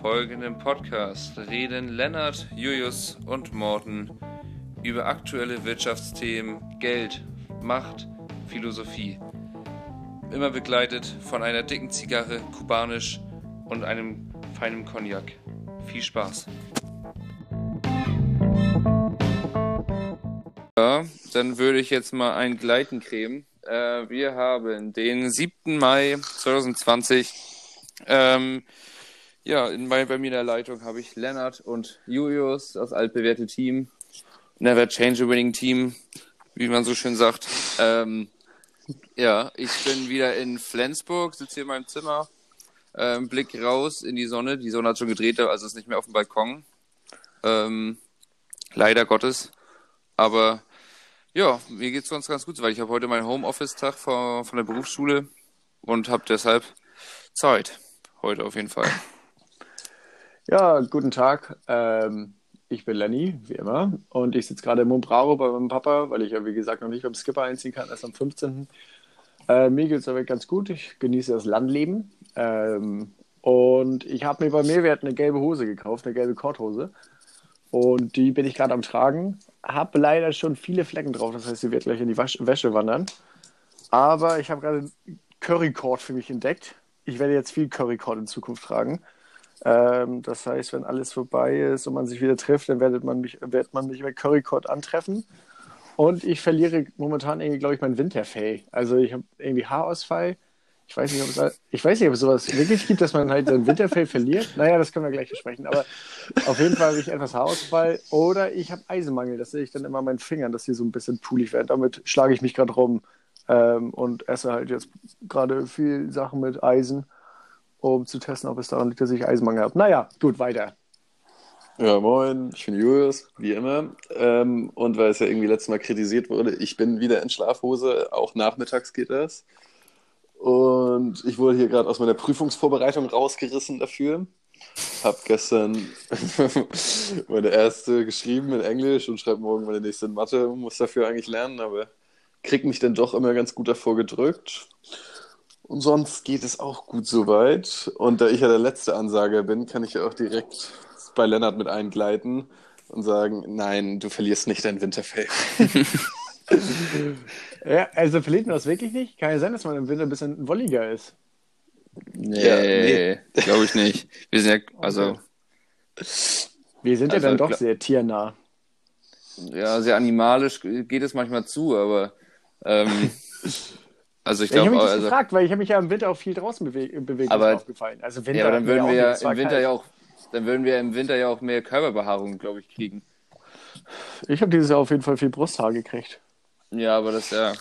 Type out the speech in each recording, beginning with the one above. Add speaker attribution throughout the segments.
Speaker 1: folgenden Podcast reden Lennart, Julius und Morten über aktuelle Wirtschaftsthemen, Geld, Macht, Philosophie. Immer begleitet von einer dicken Zigarre, kubanisch und einem feinen Cognac. Viel Spaß. Ja, dann würde ich jetzt mal ein Gleiten cremen. Äh, wir haben den 7. Mai 2020. Ähm, ja, in, bei, bei mir in der Leitung habe ich Lennart und Julius, das altbewährte Team. Never change a winning team, wie man so schön sagt. Ähm, ja, ich bin wieder in Flensburg, sitze hier in meinem Zimmer, ähm, Blick raus in die Sonne. Die Sonne hat schon gedreht, also ist nicht mehr auf dem Balkon. Ähm, leider Gottes. Aber ja, mir geht's sonst ganz gut, weil ich habe heute meinen Homeoffice-Tag von, von der Berufsschule und habe deshalb Zeit. Heute auf jeden Fall.
Speaker 2: Ja, guten Tag. Ähm, ich bin Lenny, wie immer. Und ich sitze gerade in Mumbraro bei meinem Papa, weil ich ja, wie gesagt, noch nicht beim Skipper einziehen kann, erst am 15. Äh, mir geht es aber ganz gut. Ich genieße das Landleben. Ähm, und ich habe mir bei Mehrwert eine gelbe Hose gekauft, eine gelbe Korthose. Und die bin ich gerade am Tragen. Habe leider schon viele Flecken drauf, das heißt, sie wird gleich in die Wasch Wäsche wandern. Aber ich habe gerade Currycord für mich entdeckt. Ich werde jetzt viel Currycord in Zukunft tragen. Ähm, das heißt, wenn alles vorbei ist und man sich wieder trifft, dann werdet man mich, wird man mich bei Currycord antreffen. Und ich verliere momentan irgendwie, glaube ich, mein Winterfell. Also ich habe irgendwie Haarausfall. Ich weiß, nicht, ob es, ich weiß nicht, ob es sowas wirklich gibt, dass man halt sein Winterfell verliert. Naja, das können wir gleich besprechen. Aber auf jeden Fall habe ich etwas Haarausfall. Oder ich habe Eisenmangel. Das sehe ich dann immer an meinen Fingern, dass die so ein bisschen poolig werden. Damit schlage ich mich gerade rum ähm, und esse halt jetzt gerade viel Sachen mit Eisen um zu testen, ob es daran liegt, dass ich Eisenmangel habe. Naja, gut, weiter.
Speaker 3: Ja, moin, ich bin Julius, wie immer. Ähm, und weil es ja irgendwie letztes Mal kritisiert wurde, ich bin wieder in Schlafhose, auch nachmittags geht das. Und ich wurde hier gerade aus meiner Prüfungsvorbereitung rausgerissen dafür. Hab gestern meine erste geschrieben in Englisch und schreibe morgen meine nächste in Mathe, muss dafür eigentlich lernen, aber krieg mich dann doch immer ganz gut davor gedrückt. Und sonst geht es auch gut soweit. Und da ich ja der letzte Ansager bin, kann ich ja auch direkt bei Lennart mit eingleiten und sagen, nein, du verlierst nicht dein Winterfell.
Speaker 2: Ja, also verliert man das wirklich nicht? Kann ja sein, dass man im Winter ein bisschen wolliger ist.
Speaker 1: Nee,
Speaker 3: Ja, nee.
Speaker 1: glaube ich nicht. Wir sind ja, also,
Speaker 2: Okay. Wir sind
Speaker 1: Also,
Speaker 2: ja dann doch
Speaker 1: klar.
Speaker 2: sehr tiernah.
Speaker 1: ja, sehr animalisch geht es manchmal zu, aber, ähm, also ich
Speaker 2: Ich, habe
Speaker 1: glaube,
Speaker 2: mich das
Speaker 1: also,
Speaker 2: gefragt, weil ich habe mich ja im Winter auch viel draußen bewe bewegt.
Speaker 1: Aber-
Speaker 2: ist mir aufgefallen. Also Winter
Speaker 1: ja, aber dann würden wir ja
Speaker 2: auch,
Speaker 1: im Winter ja auch, dann würden wir im Winter ja auch mehr Körperbehaarung, glaube ich, kriegen.
Speaker 2: Ich habe dieses Jahr auf jeden Fall viel Brusthaar gekriegt.
Speaker 1: Ja, aber das, ja.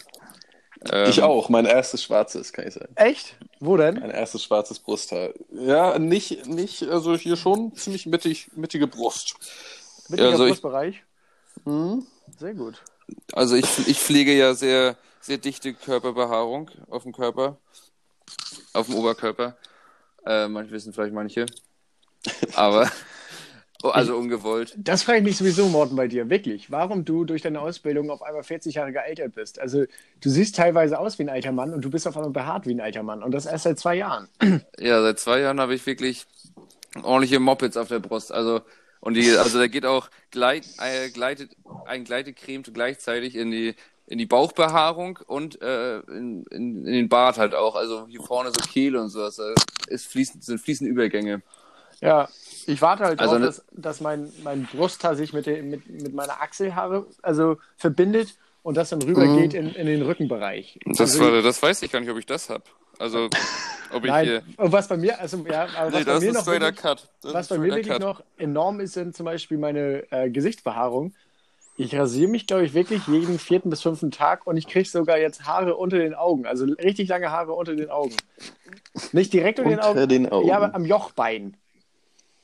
Speaker 1: Ähm,
Speaker 3: Ich auch, mein erstes schwarzes, kann ich sagen.
Speaker 2: Echt? Wo denn?
Speaker 3: Mein erstes schwarzes Brusthaar. Ja, nicht, nicht, also hier schon ziemlich mittig, mittige Brust.
Speaker 2: Mittiger
Speaker 1: also ich-
Speaker 2: Brustbereich?
Speaker 3: Hm?
Speaker 2: Sehr gut.
Speaker 1: Also ich, ich pflege ja sehr, sehr dichte Körperbehaarung auf dem Körper, auf dem Oberkörper. Äh, manche wissen vielleicht manche. Aber, oh, also ungewollt.
Speaker 2: Das frage ich mich sowieso, Morten, bei dir. Wirklich. Warum du durch deine Ausbildung auf einmal 40 Jahre gealtert bist? Also, du siehst teilweise aus wie ein alter Mann und du bist auf einmal behaart wie ein alter Mann. Und das erst seit zwei Jahren.
Speaker 1: Ja, seit zwei Jahren habe ich wirklich ordentliche Moppets auf der Brust. Also, und die, also da geht auch gleit, äh, gleitet, ein Gleitecreme gleichzeitig in die, in die Bauchbehaarung und äh, in, in, in den Bart halt auch. Also hier vorne so Kehle und sowas. Also, Es fließen, sind fließende Übergänge.
Speaker 2: Ja, ich warte halt
Speaker 1: Also
Speaker 2: darauf,
Speaker 1: ne-
Speaker 2: dass, dass mein, mein Brusthaar sich mit, der, mit, mit meiner Achselhaare also verbindet und das dann rübergeht in, in den Rückenbereich.
Speaker 1: Mhm. Das,
Speaker 2: also,
Speaker 1: war, das weiß ich gar nicht, ob ich das hab. Also, ob ich hier.
Speaker 2: nein, und was bei mir, also ja, aber was
Speaker 1: Nee,
Speaker 2: bei
Speaker 1: das
Speaker 2: mir
Speaker 1: ist ein
Speaker 2: noch
Speaker 1: straighter
Speaker 2: wirklich,
Speaker 1: Cut. Das ist
Speaker 2: was bei
Speaker 1: ein
Speaker 2: mir
Speaker 1: straighter
Speaker 2: wirklich noch enorm ist, sind zum Beispiel meine äh, Gesichtsbehaarung. Ich rasiere mich, glaube ich, wirklich jeden vierten bis fünften Tag und ich kriege sogar jetzt Haare unter den Augen, also richtig lange Haare unter den Augen. Nicht direkt unter, den,
Speaker 3: Unter
Speaker 2: Augen,
Speaker 3: den Augen.
Speaker 2: ja, aber am Jochbein.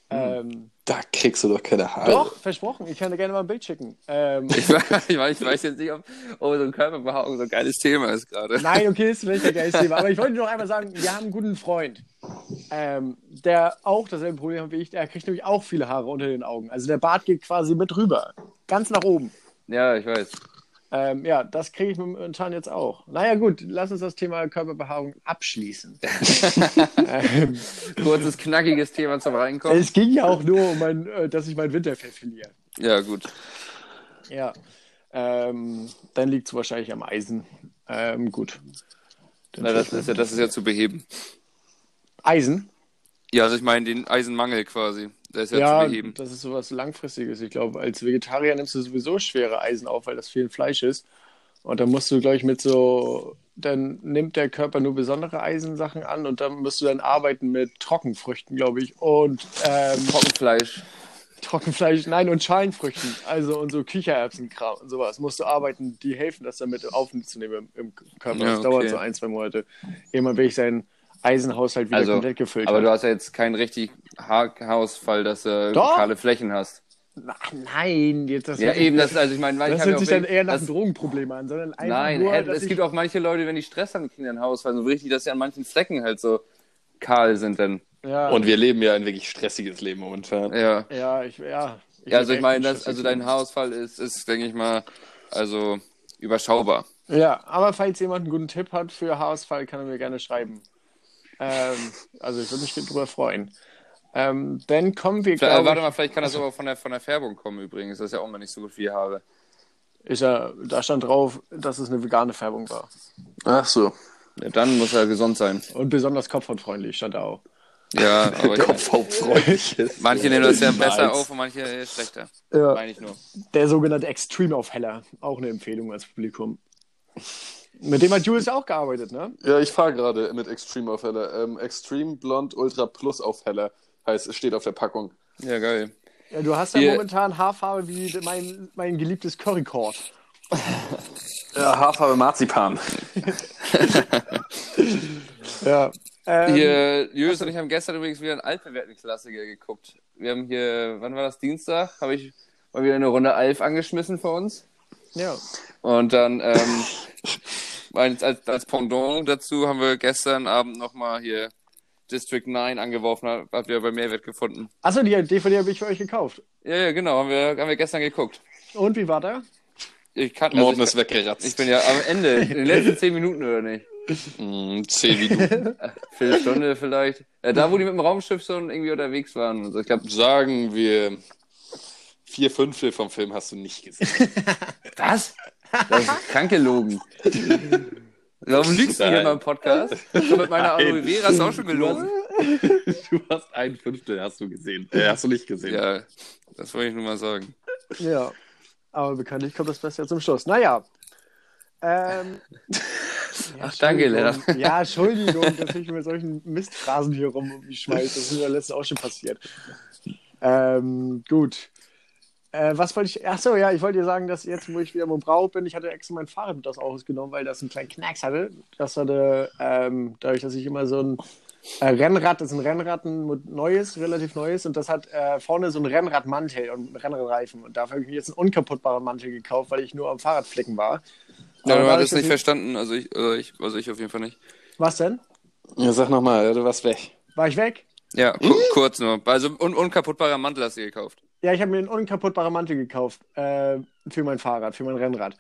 Speaker 1: Hm.
Speaker 2: Ähm,
Speaker 3: Da kriegst du doch keine Haare.
Speaker 2: doch, versprochen, ich kann dir gerne mal ein Bild schicken. Ähm,
Speaker 1: Ich weiß, ich weiß- ich weiß jetzt nicht, ob oh, so ein Körperbehaarung so ein geiles Thema ist gerade.
Speaker 2: Nein, okay, ist vielleicht ein geiles Thema. Aber ich wollte nur noch einmal sagen, wir haben einen guten Freund, ähm, der auch dasselbe Problem hat wie ich. Der kriegt nämlich auch viele Haare unter den Augen. Also der Bart geht quasi mit rüber. Ganz nach oben.
Speaker 1: Ja, ich weiß.
Speaker 2: Ähm, ja, das kriege ich momentan jetzt auch. Naja, gut, lass uns das Thema Körperbehaarung abschließen. ähm,
Speaker 1: Kurzes, knackiges Thema zum Reinkommen.
Speaker 2: es ging ja auch nur um mein, äh, dass ich mein Winterfell verliere.
Speaker 1: Ja, gut.
Speaker 2: Ja. Ähm, dann liegt es wahrscheinlich am Eisen. Ähm, gut. Dann
Speaker 1: Na, das, ist ja, das ist ja zu beheben.
Speaker 2: Eisen?
Speaker 1: Ja, also ich meine den Eisenmangel quasi. Der ist ja,
Speaker 2: Ja,
Speaker 1: zu beheben.
Speaker 2: das ist sowas Langfristiges. Ich glaube, als Vegetarier nimmst du sowieso schwere Eisen auf, weil das viel Fleisch ist. Und dann musst du, glaube ich, mit so, dann nimmt der Körper nur besondere Eisensachen an und dann musst du dann arbeiten mit Trockenfrüchten, glaube ich. Und ähm,
Speaker 1: Trockenfleisch.
Speaker 2: Trockenfleisch, nein, und Schalenfrüchten. Also und so Kichererbsenkram und sowas. Musst du arbeiten, die helfen, das damit aufzunehmen im, im Körper.
Speaker 1: Ja,
Speaker 2: Das dauert
Speaker 1: okay.
Speaker 2: so ein, zwei Monate. Irgendwann will ich seinen Eisenhaushalt wieder
Speaker 1: Also,
Speaker 2: komplett gefüllt
Speaker 1: aber
Speaker 2: haben.
Speaker 1: du hast ja jetzt keinen richtig ha Haarausfall, dass du
Speaker 2: Doch.
Speaker 1: kahle Flächen hast.
Speaker 2: Ach nein, jetzt das
Speaker 1: Ja,
Speaker 2: hört sich-
Speaker 1: eben, das, also ich meine, manche
Speaker 2: Das
Speaker 1: haben ja
Speaker 2: hört
Speaker 1: auch
Speaker 2: sich dann
Speaker 1: wirklich-
Speaker 2: eher nach
Speaker 1: das-
Speaker 2: einem Drogenproblem an, sondern einfach
Speaker 1: Nein,
Speaker 2: nur,
Speaker 1: hä,
Speaker 2: dass
Speaker 1: es
Speaker 2: ich,
Speaker 1: gibt auch manche Leute, wenn die Stress haben, kriegen dann Haarausfall. So richtig, dass sie an manchen Flecken halt so kahl sind dann.
Speaker 2: ja,
Speaker 3: Und wir leben ja ein wirklich stressiges Leben momentan.
Speaker 1: Ja.
Speaker 2: ja, ich, ja.
Speaker 1: Ja, also ich
Speaker 2: hab
Speaker 1: meine,
Speaker 2: echt
Speaker 1: das,
Speaker 2: Schiss
Speaker 1: also
Speaker 2: davor.
Speaker 1: dein Haarausfall ist, ist denke ich mal, also überschaubar.
Speaker 2: Ja, aber falls jemand einen guten Tipp hat für Haarausfall, kann er mir gerne schreiben. Ähm, also ich würde mich drüber freuen. Ähm, dann kommen wir,
Speaker 1: Vielleicht, äh,
Speaker 2: glaube
Speaker 1: warte mal, vielleicht kann
Speaker 2: also
Speaker 1: das aber von der, von der Färbung kommen übrigens. Das ist ja auch mal nicht so gut wie Haare.
Speaker 2: ich, ist ja, da stand drauf, dass es eine vegane Färbung war.
Speaker 3: Ach so.
Speaker 1: Ja, dann muss er gesund sein.
Speaker 2: Und besonders kopfhautfreundlich stand da auch.
Speaker 1: Ja, aber ich,
Speaker 3: Kopfhautfreundlich ist.
Speaker 1: manche nehmen das ja
Speaker 3: Niemals.
Speaker 1: besser auf und manche äh, schlechter.
Speaker 2: Ja.
Speaker 1: Meine ich nur.
Speaker 2: Der sogenannte Extreme auf Heller, auch eine Empfehlung ans Publikum. Mit dem hat Julius auch gearbeitet, ne?
Speaker 3: Ja, ich fahre gerade mit Extreme auf Heller. Ähm, Extreme Blond Ultra Plus auf Heller. Heißt, es steht auf der Packung.
Speaker 1: Ja, geil.
Speaker 2: Ja, du hast ja
Speaker 1: Hier-
Speaker 2: momentan Haarfarbe wie mein, mein geliebtes Currycord.
Speaker 3: Ja, Haarfarbe Marzipan.
Speaker 2: Ja. Ähm,
Speaker 1: Hier, Julius und ich haben gestern übrigens wieder einen altbewährten Klassiker geguckt. Wir haben hier, wann war das? Dienstag? Habe ich mal wieder eine Runde Alf angeschmissen für uns.
Speaker 2: ja.
Speaker 1: Und dann, ähm, als, als, als Pendant dazu haben wir gestern Abend nochmal hier District 9 angeworfen, hat- hat wir bei Mehrwert gefunden.
Speaker 2: Achso, die DVD habe ich für euch gekauft.
Speaker 1: Ja, ja, genau, haben wir, haben wir gestern geguckt.
Speaker 2: Und wie war der?
Speaker 1: Ich kann, also
Speaker 3: Morten
Speaker 1: ich,
Speaker 3: ist weggeratzt.
Speaker 1: ich bin ja am Ende, in den letzten zehn Minuten oder nicht?
Speaker 3: Mm, zehn Minuten.
Speaker 1: Viertelstunde vielleicht. Äh, da, wo die mit dem Raumschiff schon irgendwie unterwegs waren. Also ich glaube,
Speaker 3: Sagen wir, vier Fünftel vom Film hast du nicht gesehen.
Speaker 1: Was? Das ist krank gelogen. Warum lügst du hier
Speaker 3: Nein.
Speaker 1: beim Podcast? So mit meiner
Speaker 3: Nein.
Speaker 1: Aloe Vera ist auch schon gelogen.
Speaker 3: Du hast ein Fünftel, hast du gesehen. Äh, hast du nicht gesehen.
Speaker 1: Ja, das wollte ich nur mal sagen.
Speaker 2: Ja. Aber bekanntlich kommt das Beste ja zum Schluss. Naja. Ähm, ja,
Speaker 1: Ach, danke,
Speaker 2: Entschuldigung. Ja, Entschuldigung, dass ich mit solchen Mistphrasen hier rumschmeiße. Das ist mir letztens auch schon passiert. Ähm, gut. Äh, was wollte ich? Achso, ja, ich wollte dir sagen, dass jetzt, wo ich wieder im Brauch bin, ich hatte extra mein Fahrrad mit aus Autos genommen, weil das einen kleinen Knacks hatte. Das hatte, ähm, dadurch, dass ich immer so ein äh, Rennrad, das ist ein Rennrad, ein mo- neues, relativ neues, und das hat äh, vorne so einen Rennradmantel und einen Rennradreifen. Und dafür habe ich mir jetzt einen unkaputtbaren Mantel gekauft, weil ich nur am Fahrradflicken war.
Speaker 1: Ja,
Speaker 2: Aber
Speaker 1: du
Speaker 2: dadurch,
Speaker 1: hattest nicht
Speaker 2: dass
Speaker 1: verstanden, also ich, also ich, also ich auf jeden Fall nicht.
Speaker 2: ich- Was denn?
Speaker 3: Ja, sag nochmal, du warst weg.
Speaker 2: War ich weg?
Speaker 1: Ja, ku
Speaker 2: Hm?
Speaker 1: kurz nur. Also un unkaputtbarer Mantel hast du gekauft.
Speaker 2: Ja, ich habe mir einen unkaputtbaren Mantel gekauft äh, für mein Fahrrad, für mein Rennrad.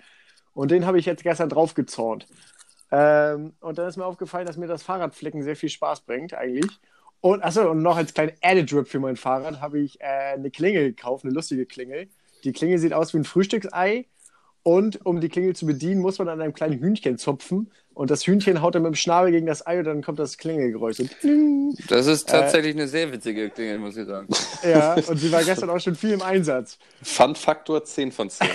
Speaker 2: Und den habe ich jetzt gestern draufgezornt. Ähm, und dann ist mir aufgefallen, dass mir das Fahrradflicken sehr viel Spaß bringt, eigentlich. Und achso, und noch als kleinen Added Drip für mein Fahrrad habe ich äh, eine Klingel gekauft, eine lustige Klingel. Die Klingel sieht aus wie ein Frühstücksei. Und um die Klingel zu bedienen, muss man an einem kleinen Hühnchen zupfen. Und das Hühnchen haut dann mit dem Schnabel gegen das Ei und dann kommt das Klingelgeräusch. So, kling.
Speaker 1: Das ist
Speaker 2: Äh.
Speaker 1: tatsächlich eine sehr witzige Klingel, muss ich sagen.
Speaker 2: ja, und sie war gestern auch schon viel im Einsatz.
Speaker 3: Fun Faktor 10 von 10.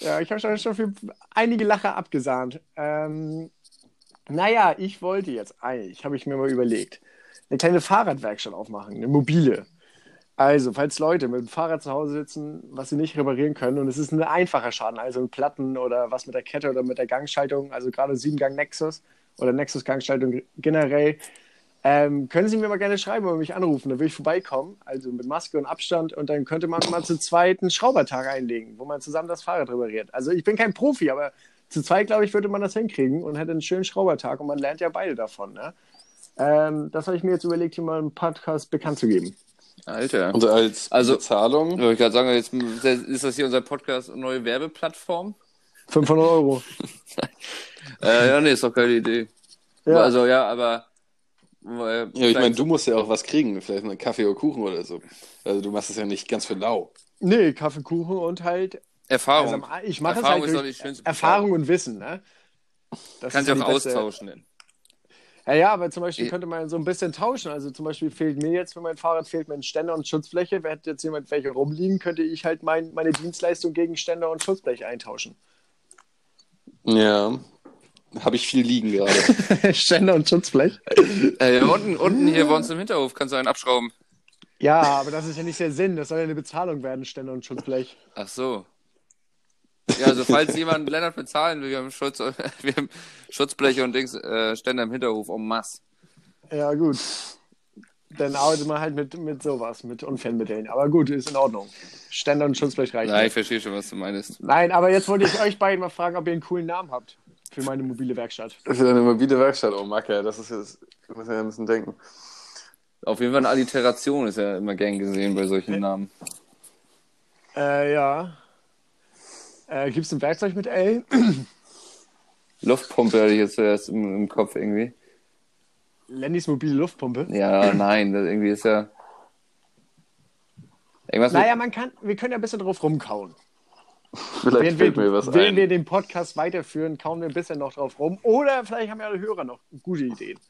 Speaker 2: Ja, ich habe schon, schon viel, einige Lacher abgesahnt. Ähm, naja, ich wollte jetzt eigentlich, habe ich mir mal überlegt, eine kleine Fahrradwerkstatt aufmachen, eine mobile. Also, falls Leute mit dem Fahrrad zu Hause sitzen, was sie nicht reparieren können, und es ist ein einfacher Schaden, also ein Platten oder was mit der Kette oder mit der Gangschaltung, also gerade 7-Gang Nexus oder Nexus-Gangschaltung generell, ähm, können Sie mir mal gerne schreiben oder mich anrufen, dann will ich vorbeikommen, also mit Maske und Abstand und dann könnte man mal zu zweit einen Schraubertag einlegen, wo man zusammen das Fahrrad repariert. Also ich bin kein Profi, aber zu zweit, glaube ich, würde man das hinkriegen und hätte einen schönen Schraubertag und man lernt ja beide davon. Ne? Ähm, das habe ich mir jetzt überlegt, hier mal im Podcast bekannt zu geben.
Speaker 1: Alter.
Speaker 3: Und als
Speaker 1: Also-
Speaker 3: Bezahlung?
Speaker 1: Wollte ich gerade sagen, jetzt ist das hier unser Podcast und neue Werbeplattform.
Speaker 2: 500 Euro.
Speaker 1: Äh, ja, nee, ist doch keine Idee.
Speaker 2: Ja.
Speaker 1: Also ja, aber. äh,
Speaker 3: Ja, ich meine, du musst ja auch was kriegen, vielleicht einen Kaffee oder Kuchen oder so. Also du machst es ja nicht ganz für lau.
Speaker 2: Nee, Kaffee, Kuchen und halt. Also,
Speaker 1: Erfahrung.
Speaker 2: ich mache es
Speaker 1: Erfahrung
Speaker 2: halt
Speaker 1: ist doch
Speaker 2: durch
Speaker 1: die schönste
Speaker 2: Erfahrung und Wissen. Ne? Das
Speaker 1: Kannst
Speaker 2: ist
Speaker 1: du
Speaker 2: ja
Speaker 1: auch
Speaker 2: die beste-
Speaker 1: austauschen.
Speaker 2: Ja, ja, aber zum Beispiel
Speaker 1: Ja.
Speaker 2: könnte man so ein bisschen tauschen. Also zum Beispiel fehlt mir jetzt für mein Fahrrad fehlt mir ein Ständer und Schutzfläche. Wer hätte jetzt jemand welche rumliegen, könnte ich halt mein, meine Dienstleistung gegen Ständer und Schutzblech eintauschen.
Speaker 3: Ja. Habe ich viel liegen gerade.
Speaker 2: Ständer und Schutzblech?
Speaker 1: Äh, unten, unten hier bei uns im Hinterhof kannst du einen abschrauben.
Speaker 2: Ja, aber das ist ja nicht der Sinn. Das soll ja eine Bezahlung werden, Ständer und Schutzblech.
Speaker 1: Ach so. Ja, also falls jemand Lennart bezahlen will, wir haben, Schutz, wir haben Schutzbleche und Dings, äh, Ständer im Hinterhof en masse.
Speaker 2: Ja, gut. Dann arbeitet man halt mit, mit sowas, mit unfairen Mitteln. Aber gut, ist in Ordnung. Ständer und Schutzblech reichen.
Speaker 1: Nein, ich verstehe schon, was du meinst.
Speaker 2: Nein, aber jetzt wollte ich euch beiden mal fragen, ob ihr einen coolen Namen habt für meine mobile Werkstatt.
Speaker 3: Für deine mobile Werkstatt, oh Macke, das ist jetzt, ich muss ja ein bisschen denken.
Speaker 1: Auf jeden Fall eine Alliteration ist ja immer gern gesehen bei solchen Namen.
Speaker 2: Äh, ja. Äh, Gibt es ein Werkzeug mit L?
Speaker 1: Luftpumpe hatte ich jetzt zuerst im, im Kopf irgendwie.
Speaker 2: Lennys mobile Luftpumpe.
Speaker 1: Ja, nein, das irgendwie ist ja. Irgendwas
Speaker 2: Naja, man kann, wir können ja ein bisschen drauf rumkauen.
Speaker 3: Vielleicht fällt mir was
Speaker 2: wenn
Speaker 3: ein.
Speaker 2: wir den Podcast weiterführen, kauen wir ein bisschen noch drauf rum. Oder vielleicht haben ja alle Hörer noch gute Ideen.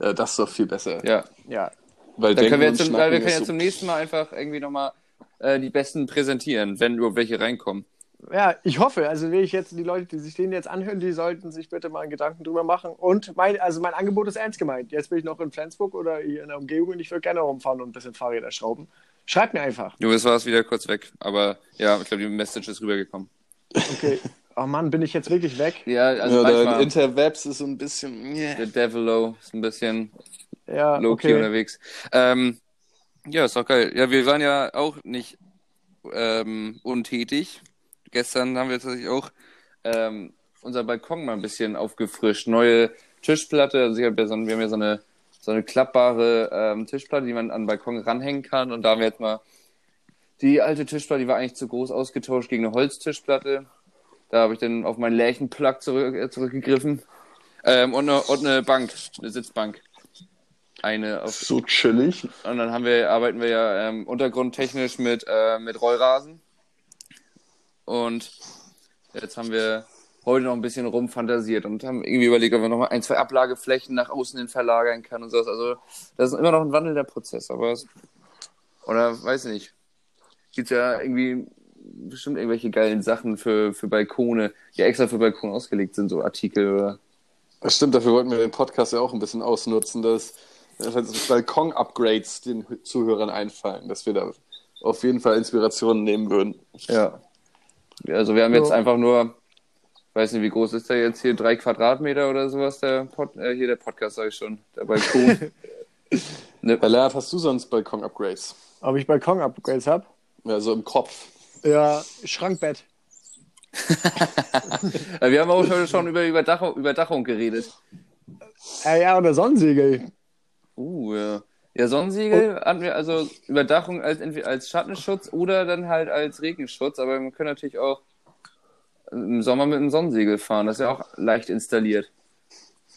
Speaker 3: Ja, das ist doch viel besser.
Speaker 1: mit, ja.
Speaker 2: Ja.
Speaker 3: Weil
Speaker 1: Dann können wir,
Speaker 3: Denken
Speaker 1: jetzt
Speaker 3: und
Speaker 1: zum, weil wir
Speaker 3: Schnacken
Speaker 1: können
Speaker 3: ist
Speaker 1: ja
Speaker 3: so-
Speaker 1: zum nächsten Mal einfach irgendwie nochmal äh, die besten präsentieren, wenn überhaupt welche reinkommen.
Speaker 2: Ja, ich hoffe, also will ich jetzt die Leute, die sich den jetzt anhören, die sollten sich bitte mal einen Gedanken drüber machen. Und mein, also mein Angebot ist ernst gemeint. Jetzt bin ich noch in Flensburg oder hier in der Umgebung und ich würde gerne rumfahren und ein bisschen Fahrräder schrauben. Schreibt mir einfach.
Speaker 1: Du, das war es wieder kurz weg. Aber ja, ich glaube, die Message ist rübergekommen.
Speaker 2: Okay. Oh Mann, bin ich jetzt wirklich weg?
Speaker 1: Ja, also
Speaker 3: ja, dein
Speaker 1: manchmal,
Speaker 3: Interwebs ist so ein bisschen.
Speaker 1: der Devil Low ist ein bisschen
Speaker 2: Ja,
Speaker 1: low-key
Speaker 2: okay.
Speaker 1: unterwegs. Ähm, ja, ist doch geil. Ja, wir waren ja auch nicht ähm, untätig. Gestern haben wir tatsächlich auch ähm, unser Balkon mal ein bisschen aufgefrischt. Neue Tischplatte, also ich hab ja so, wir haben ja so eine, so eine klappbare ähm, Tischplatte, die man an den Balkon ranhängen kann. Und da haben wir jetzt mal die alte Tischplatte, die war eigentlich zu groß ausgetauscht gegen eine Holztischplatte. Da habe ich dann auf meinen Lärchenplug zurück, äh, zurückgegriffen. Ähm, und, eine, und eine Bank, eine Sitzbank. Eine auf,
Speaker 3: So chillig.
Speaker 1: und dann haben wir, arbeiten wir ja ähm, untergrundtechnisch mit, äh, mit Rollrasen. Und jetzt haben wir heute noch ein bisschen rumfantasiert und haben irgendwie überlegt, ob wir nochmal ein, zwei Ablageflächen nach außen hin verlagern können und sowas. Also das ist immer noch ein wandelnder Prozess, aber es, oder weiß ich nicht. Gibt ja irgendwie bestimmt irgendwelche geilen Sachen für, für Balkone, die extra für Balkone ausgelegt sind, so Artikel oder.
Speaker 3: Das stimmt, dafür wollten wir den Podcast ja auch ein bisschen ausnutzen, dass, dass halt Balkon-Upgrades den Zuhörern einfallen, dass wir da auf jeden Fall Inspirationen nehmen würden.
Speaker 1: Ja. Also wir haben jetzt
Speaker 2: Ja.
Speaker 1: einfach nur, weiß nicht, wie groß ist der jetzt hier, drei Quadratmeter oder sowas, der Pod, äh, hier der Podcast, sag ich schon, der Balkon.
Speaker 3: Herr Lennart, hast du sonst Balkon-Upgrades?
Speaker 2: Ob ich Balkon-Upgrades habe?
Speaker 3: Also im Kopf.
Speaker 2: Ja, Schrankbett.
Speaker 1: Äh, wir haben auch heute schon über Überdachung, Überdachung geredet.
Speaker 2: Äh, ja, oder Sonnensegel.
Speaker 1: Uh, ja. Ja, Sonnensiegel
Speaker 2: Oh.
Speaker 1: hatten wir also Überdachung als entweder als Schattenschutz oder dann halt als Regenschutz, aber man kann natürlich auch im Sommer mit einem Sonnensegel fahren, das ist ja auch leicht installiert.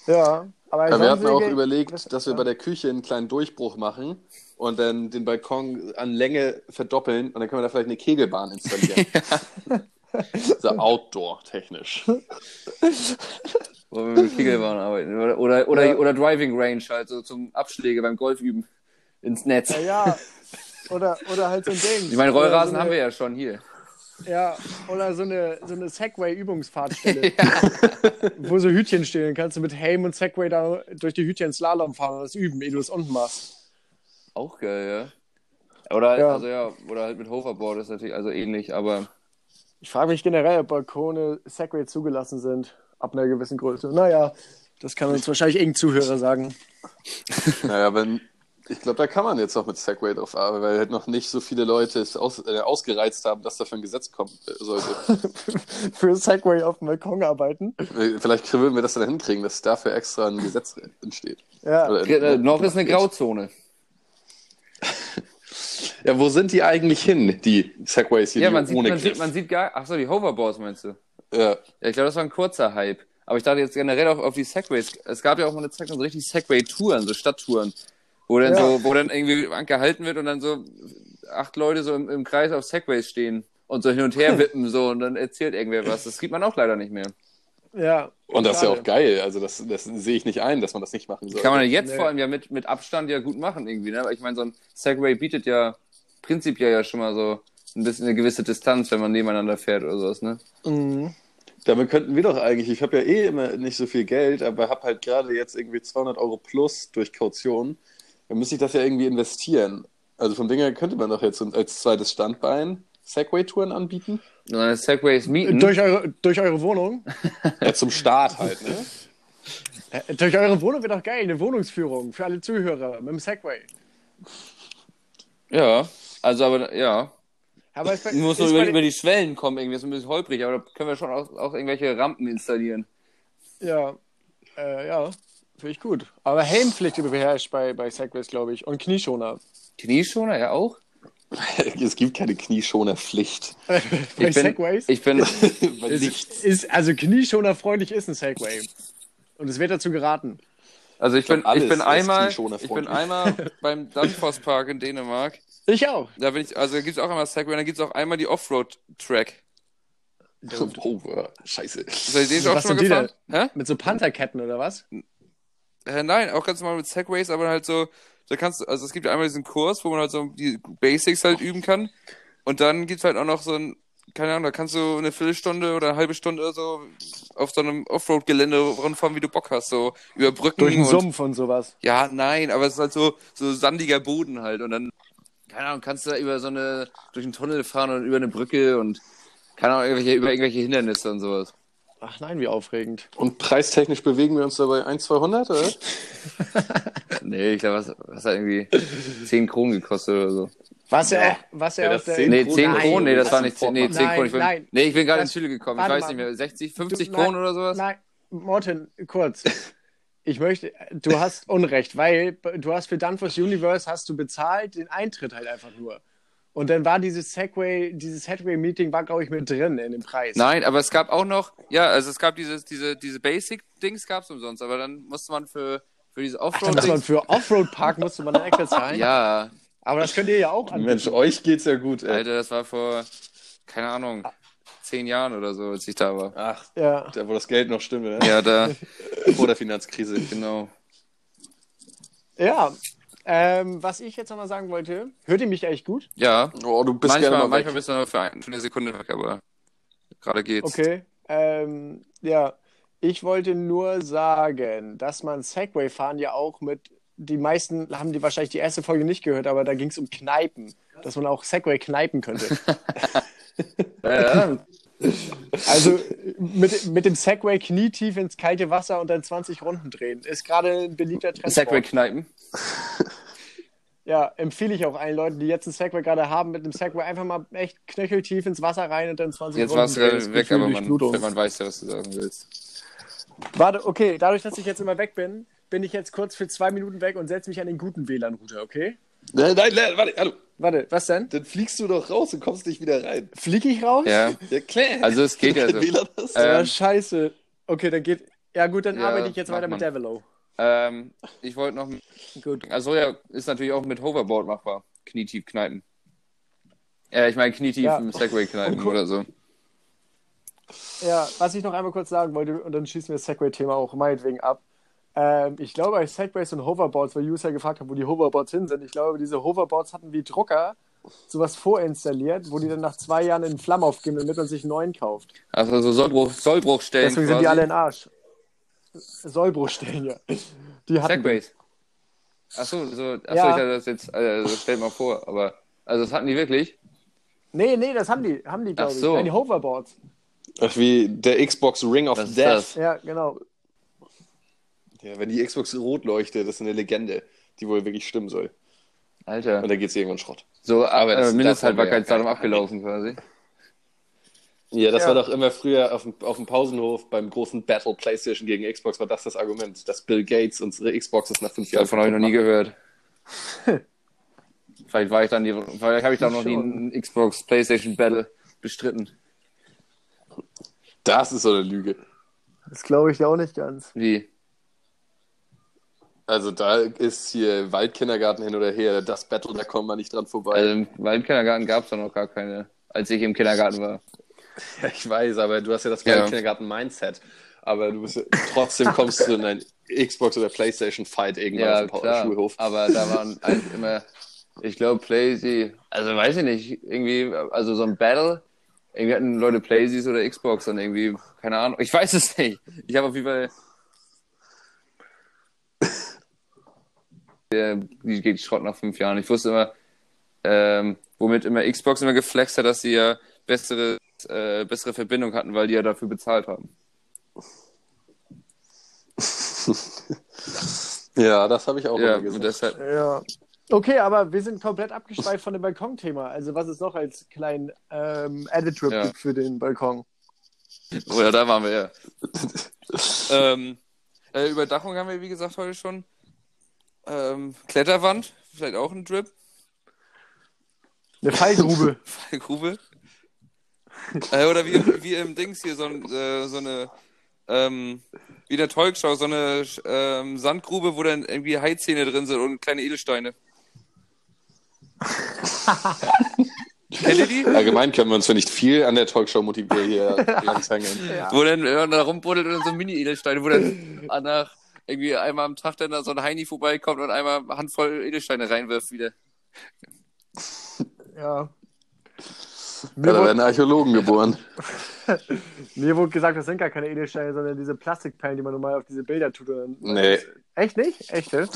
Speaker 2: Ja, aber
Speaker 1: Also
Speaker 3: Ja, wir hatten auch
Speaker 2: Sonnensegel-
Speaker 3: überlegt, dass wir bei der Küche einen kleinen Durchbruch machen und dann den Balkon an Länge verdoppeln und dann können wir da vielleicht eine Kegelbahn installieren. so outdoor-technisch.
Speaker 1: Wo wir mit dem Kegelbahn arbeiten. Oder, oder, oder,
Speaker 2: Ja.
Speaker 1: oder Driving Range, halt so zum Abschläge beim Golf üben. Ins Netz.
Speaker 2: Ja, ja. Oder, oder halt so ein Ding.
Speaker 1: Ich meine, Rollrasen
Speaker 2: Oder so
Speaker 1: haben wir ja
Speaker 2: eine,
Speaker 1: schon hier.
Speaker 2: Ja, oder so eine, so eine Segway-Übungsfahrtstelle. Wo so Hütchen stehen, dann kannst du mit Helm und Segway da durch die Hütchen Slalom fahren und das üben, ehe du es unten machst.
Speaker 1: Auch geil, ja. Oder,
Speaker 2: Ja.
Speaker 1: Also, ja, oder halt mit Hoverboard ist natürlich also ähnlich, aber
Speaker 2: Ich frage mich generell, ob Balkone Segway zugelassen sind, ab einer gewissen Größe. Naja, das kann uns wahrscheinlich irgendein Zuhörer sagen.
Speaker 3: Naja, wenn. Ich glaube, da kann man jetzt noch mit Segway drauf arbeiten, weil halt noch nicht so viele Leute es aus, äh, ausgereizt haben, dass dafür ein Gesetz kommen äh, sollte.
Speaker 2: Für Segway auf dem Balkon arbeiten.
Speaker 3: Vielleicht würden wir das dann hinkriegen, dass dafür extra ein Gesetz entsteht.
Speaker 2: Ja.
Speaker 3: Oder-
Speaker 1: äh, noch ist eine Grauzone.
Speaker 3: Ja, wo sind die eigentlich hin, die Segways hier
Speaker 1: Ja,
Speaker 3: die
Speaker 1: man sieht,
Speaker 3: ohne
Speaker 1: man sieht,
Speaker 3: Griff?
Speaker 1: man sieht gar. Ach so, die Hoverboards meinst du?
Speaker 3: Ja.
Speaker 1: Ja, ich glaube, das war ein kurzer Hype. Aber ich dachte jetzt generell auch auf die Segways. Es gab ja auch mal eine Zeit lang so richtig Segway-Touren, so Stadttouren, wo dann
Speaker 2: Ja.
Speaker 1: so, wo dann irgendwie angehalten wird und dann so acht Leute so im, im Kreis auf Segways stehen und so hin und her wippen so und dann erzählt irgendwer was. Das sieht man auch leider nicht mehr.
Speaker 2: Ja.
Speaker 3: Und das ist ja
Speaker 2: schade.
Speaker 3: auch geil. Also das, das sehe ich nicht ein, dass man das nicht machen soll.
Speaker 1: Kann man ja jetzt
Speaker 2: Nee.
Speaker 1: vor allem ja mit, mit Abstand ja gut machen irgendwie, ne? Weil ich meine, so ein Segway bietet ja prinzipiell ja schon mal so ein bisschen eine gewisse Distanz, wenn man nebeneinander fährt oder sowas, ne?
Speaker 2: Mhm.
Speaker 3: Damit könnten wir doch eigentlich, ich habe ja eh immer nicht so viel Geld, aber habe halt gerade jetzt irgendwie 200 Euro plus durch Kaution. Dann müsste ich das ja irgendwie investieren. Also von Dinger könnte man doch jetzt als zweites Standbein Segway-Touren anbieten.
Speaker 1: Und dann Segways mieten.
Speaker 2: Äh, Durch, eure, durch eure Wohnung?
Speaker 3: Ja, zum Start halt, ne?
Speaker 2: Äh, Durch eure Wohnung wird doch geil, eine Wohnungsführung für alle Zuhörer mit dem Segway.
Speaker 1: Ja. Also aber ja,
Speaker 2: Aber ist bei,
Speaker 1: Du musst
Speaker 2: ist
Speaker 1: nur über,
Speaker 2: bei
Speaker 1: über die Schwellen kommen, irgendwie. Das ist ein bisschen holprig, aber da können wir schon auch, auch irgendwelche Rampen installieren.
Speaker 2: Ja, äh, ja, finde ich gut. Aber Helmpflicht beherrscht bei, bei Segways, glaube ich. Und Knieschoner.
Speaker 1: Knieschoner, ja auch.
Speaker 3: Es gibt keine Knieschonerpflicht.
Speaker 2: Bei
Speaker 1: Ich bin,
Speaker 2: Segways
Speaker 1: Ich bin,
Speaker 3: Weil nicht-
Speaker 2: ist, ist, also knieschonerfreundlich ist ein Segway. Und es wird dazu geraten.
Speaker 1: also ich bin,
Speaker 3: glaub, alles
Speaker 1: ich bin
Speaker 3: ist
Speaker 1: einmal,
Speaker 3: knieschonerfreundlich.
Speaker 1: ich bin einmal beim Danfosspark in Dänemark.
Speaker 2: Ich auch.
Speaker 1: Da bin ich, also gibt es auch einmal Segway, da gibt es auch einmal die Offroad-Track.
Speaker 3: Oh, äh, scheiße.
Speaker 1: Seid ihr den auch
Speaker 2: Was
Speaker 1: schon mal
Speaker 2: sind die
Speaker 1: gefahren? Hä?
Speaker 2: Mit so Pantherketten oder was?
Speaker 1: Äh, nein, auch ganz normal mit Segways, aber halt so, da kannst du, also es gibt ja einmal diesen Kurs, wo man halt so die Basics halt üben kann. Und dann gibt's halt auch noch so ein, keine Ahnung, da kannst du eine Viertelstunde oder eine halbe Stunde oder so auf so einem Offroad-Gelände rumfahren, wie du Bock hast, so über Brücken
Speaker 2: Durch den
Speaker 1: und.
Speaker 2: Sumpf und sowas.
Speaker 1: Ja, nein, aber es ist halt so, so sandiger Boden halt. Und dann, keine Ahnung, kannst du da über so eine, durch einen Tunnel fahren und über eine Brücke und keine Ahnung, irgendwelche, über irgendwelche Hindernisse und sowas.
Speaker 2: Ach nein, wie aufregend.
Speaker 3: Und preistechnisch bewegen wir uns dabei 1, 200, oder?
Speaker 1: Nee, ich glaube, was, was hat irgendwie 10 Kronen gekostet oder so.
Speaker 2: Was ja, was ja
Speaker 3: Wer
Speaker 2: auf
Speaker 3: das
Speaker 2: der.
Speaker 3: sehen-
Speaker 1: Nee,
Speaker 3: Kronen.
Speaker 1: 10
Speaker 2: Nein,
Speaker 1: Kronen, nee, das war nicht 10,
Speaker 3: Fortmann.
Speaker 1: nee, 10
Speaker 2: Nein,
Speaker 1: Kronen. Ich bin,
Speaker 2: nein.
Speaker 1: nee, ich bin gerade
Speaker 2: Das-
Speaker 1: ins Chile gekommen, ich
Speaker 2: warte
Speaker 1: weiß
Speaker 2: mal.
Speaker 1: nicht mehr, 60, 50
Speaker 2: Du-
Speaker 1: Kronen
Speaker 2: nein,
Speaker 1: oder sowas?
Speaker 2: Nein, Morten, kurz. Ich möchte, du hast Unrecht, weil du hast für Danfoss Universe hast du bezahlt den Eintritt halt einfach nur. Und dann war dieses Segway, dieses Headway-Meeting war, glaube ich, mit drin in dem Preis.
Speaker 1: Nein, aber es gab auch noch, ja, also es gab dieses, diese, diese Basic-Dings gab's umsonst, aber dann musste man für, für diese
Speaker 2: Da muss man
Speaker 1: Offroad-Dings,
Speaker 2: für Offroad-Park musste man dann extra zahlen.
Speaker 1: ja,
Speaker 2: Aber das könnt ihr ja auch anbieten.
Speaker 3: Mensch, euch geht's ja gut, ey.
Speaker 1: Alter, das war vor, keine Ahnung, zehn Jahren oder so, als ich da war.
Speaker 3: Ach,
Speaker 2: Ja.
Speaker 3: da wo das Geld noch stimmt, ne?
Speaker 1: Ja, da,
Speaker 3: Vor der Finanzkrise.
Speaker 1: genau.
Speaker 2: ja. Ähm, was ich jetzt nochmal sagen wollte, hört ihr mich eigentlich gut?
Speaker 1: Ja,
Speaker 3: Oh, du bist gerne
Speaker 1: manchmal,
Speaker 3: mal weg.
Speaker 1: manchmal bist du nur für, ein, für eine Sekunde weg, aber gerade geht's.
Speaker 2: Okay. Ähm, ja, ich wollte nur sagen, dass man Segway fahren ja auch mit, die meisten haben die wahrscheinlich die erste Folge nicht gehört, aber da ging es um Kneipen, dass man auch Segway kneipen könnte.
Speaker 1: Ja,
Speaker 2: Also mit, mit dem Segway knietief ins kalte Wasser und dann 20 Runden drehen. Ist gerade ein beliebter Trend.
Speaker 1: Segway-Kneipen.
Speaker 2: Ja, empfehle ich auch allen Leuten, die jetzt einen Segway gerade haben, mit dem Segway einfach mal echt knöcheltief ins Wasser rein und dann 20
Speaker 1: Jetzt
Speaker 2: Runden
Speaker 1: warst du
Speaker 2: drehen. Das
Speaker 1: gerade weg,
Speaker 2: Gefühl
Speaker 1: aber man,
Speaker 2: Durchblutung.
Speaker 1: man weiß ja, was du sagen willst.
Speaker 2: Warte, okay, dadurch, dass ich jetzt immer weg bin, bin ich jetzt kurz für zwei Minuten weg und setze mich an den guten WLAN-Router, okay?
Speaker 3: Nein, nein, nein, warte, hallo.
Speaker 2: Warte, was denn?
Speaker 3: Dann fliegst du doch raus und kommst nicht wieder rein.
Speaker 2: Fliege ich raus?
Speaker 1: Ja,
Speaker 3: Ja, klar.
Speaker 1: also es geht ja so.
Speaker 3: Äh,
Speaker 2: Ja,
Speaker 1: Ähm,
Speaker 2: scheiße. Okay, dann geht. Ja, gut, dann
Speaker 1: Ja,
Speaker 2: arbeite ich jetzt
Speaker 1: mach
Speaker 2: weiter mit
Speaker 1: mal.
Speaker 2: Devilo.
Speaker 1: ähm, ich wollte noch,
Speaker 2: Gut.
Speaker 1: also ja, ist natürlich auch mit Hoverboard machbar. Knietief Kneipen. Äh, ich meine knietief
Speaker 2: Ja. Oh
Speaker 1: im Segway-Kneipen oder so.
Speaker 2: Ja, was ich noch einmal kurz sagen wollte, und dann schießen wir das Segway-Thema auch meinetwegen ab. Ähm, ich glaube, bei Segways und Hoverboards, weil User gefragt haben, wo die Hoverboards hin sind, ich glaube, diese Hoverboards hatten wie Drucker sowas vorinstalliert, wo die dann nach zwei Jahren in Flammen aufgehen, damit man sich einen neuen kauft.
Speaker 1: Also so Sollbruch, Sollbruchstellen
Speaker 2: Deswegen sind die alle in Arsch. Sollbruchstellen, ja. Die hatten
Speaker 1: Segways. Achso, so, achso
Speaker 2: Ja.
Speaker 1: ich hatte das jetzt, also das stellt mal vor, aber, also das hatten die wirklich?
Speaker 2: Nee, nee, das haben die, haben die, glaube ich.
Speaker 1: so.
Speaker 2: Nein, die Hoverboards.
Speaker 3: Ach, wie der Xbox Ring of
Speaker 1: Was ist
Speaker 3: Death.
Speaker 1: das?
Speaker 2: Ja, genau.
Speaker 3: Ja, wenn die Xbox rot leuchtet, das ist eine Legende, die wohl wirklich stimmen soll.
Speaker 1: Alter.
Speaker 3: Und dann geht's irgendwann Schrott.
Speaker 1: So, aber
Speaker 3: Aber das-
Speaker 1: äh,
Speaker 3: davon
Speaker 1: Mindesthaltbarkeitsdatum
Speaker 3: war ja kein-
Speaker 1: abgelaufen quasi.
Speaker 3: Ja, das
Speaker 2: Ja.
Speaker 3: war doch immer früher auf dem, auf dem Pausenhof beim großen Battle PlayStation gegen Xbox, war das das Argument, dass Bill Gates unsere Xboxes nach fünf Jahren
Speaker 1: Davon habe ich noch nie gehört. Vielleicht war ich dann die, vielleicht habe ich da noch nie
Speaker 2: Schon.
Speaker 1: einen Xbox PlayStation Battle bestritten.
Speaker 3: Das ist so eine Lüge.
Speaker 2: Das glaube ich ja auch nicht ganz.
Speaker 1: Wie?
Speaker 3: Also da ist hier Waldkindergarten hin oder her, das Battle, da kommt man nicht dran vorbei.
Speaker 1: Also im, weil im Kindergarten gab es da noch gar keine, als ich im Kindergarten war.
Speaker 3: Ja, ich weiß, aber du hast ja das
Speaker 1: Ja.
Speaker 3: Waldkindergarten-Mindset. Aber du bist ja, trotzdem kommst du in ein Xbox- oder Playstation-Fight irgendwann
Speaker 1: Ja,
Speaker 3: auf dem
Speaker 1: klar.
Speaker 3: Schulhof.
Speaker 1: Aber da waren eigentlich immer, ich glaube, Playsy, also weiß ich nicht, irgendwie, also so ein Battle, irgendwie hatten Leute Playsys oder Xbox und irgendwie, keine Ahnung, ich weiß es nicht. Ich habe auf jeden Fall. Der, die geht Schrott nach fünf Jahren. Ich wusste immer, ähm, womit immer Xbox immer geflext hat, dass sie ja bessere, äh, bessere Verbindung hatten, weil die ja dafür bezahlt haben.
Speaker 3: Ja, das habe ich auch
Speaker 1: Ja,
Speaker 3: immer
Speaker 1: und
Speaker 3: gesagt.
Speaker 1: deshalb.
Speaker 2: Ja. Okay, aber wir sind komplett abgeschweift von dem Balkonthema. Also was ist noch als kleinen ähm, Additrip
Speaker 1: Ja.
Speaker 2: gibt für den Balkon?
Speaker 1: Oh ja, da waren wir ja. ähm, äh, Überdachung haben wir, wie gesagt, heute schon. Ähm, Kletterwand, vielleicht auch ein Drip.
Speaker 2: Eine Fallgrube.
Speaker 1: Grube. äh, oder wie, wie im Dings hier, so, ein, äh, so eine, ähm, wie der Talkshow, so eine ähm, Sandgrube, wo dann irgendwie Haizähne drin sind und kleine Edelsteine. Kennt ihr die?
Speaker 3: Allgemein können wir uns für nicht viel an der Talkshow motivieren hier langs hängen.
Speaker 1: Wo dann, wenn man da rumbuddelt und so Mini-Edelsteine, wo dann nach irgendwie einmal am Tag dann da so ein Heini vorbeikommt und einmal eine Handvoll Edelsteine reinwirft wieder.
Speaker 2: ja.
Speaker 1: Also,
Speaker 2: Mir,
Speaker 3: Ja, da werden
Speaker 2: wurde,
Speaker 3: Archäologen geboren.
Speaker 2: mir wurde gesagt, das sind gar keine Edelsteine, sondern diese Plastikperlen, die man normal auf diese Bilder tut. Und dann,
Speaker 3: Nee,
Speaker 2: Echt nicht? Echte?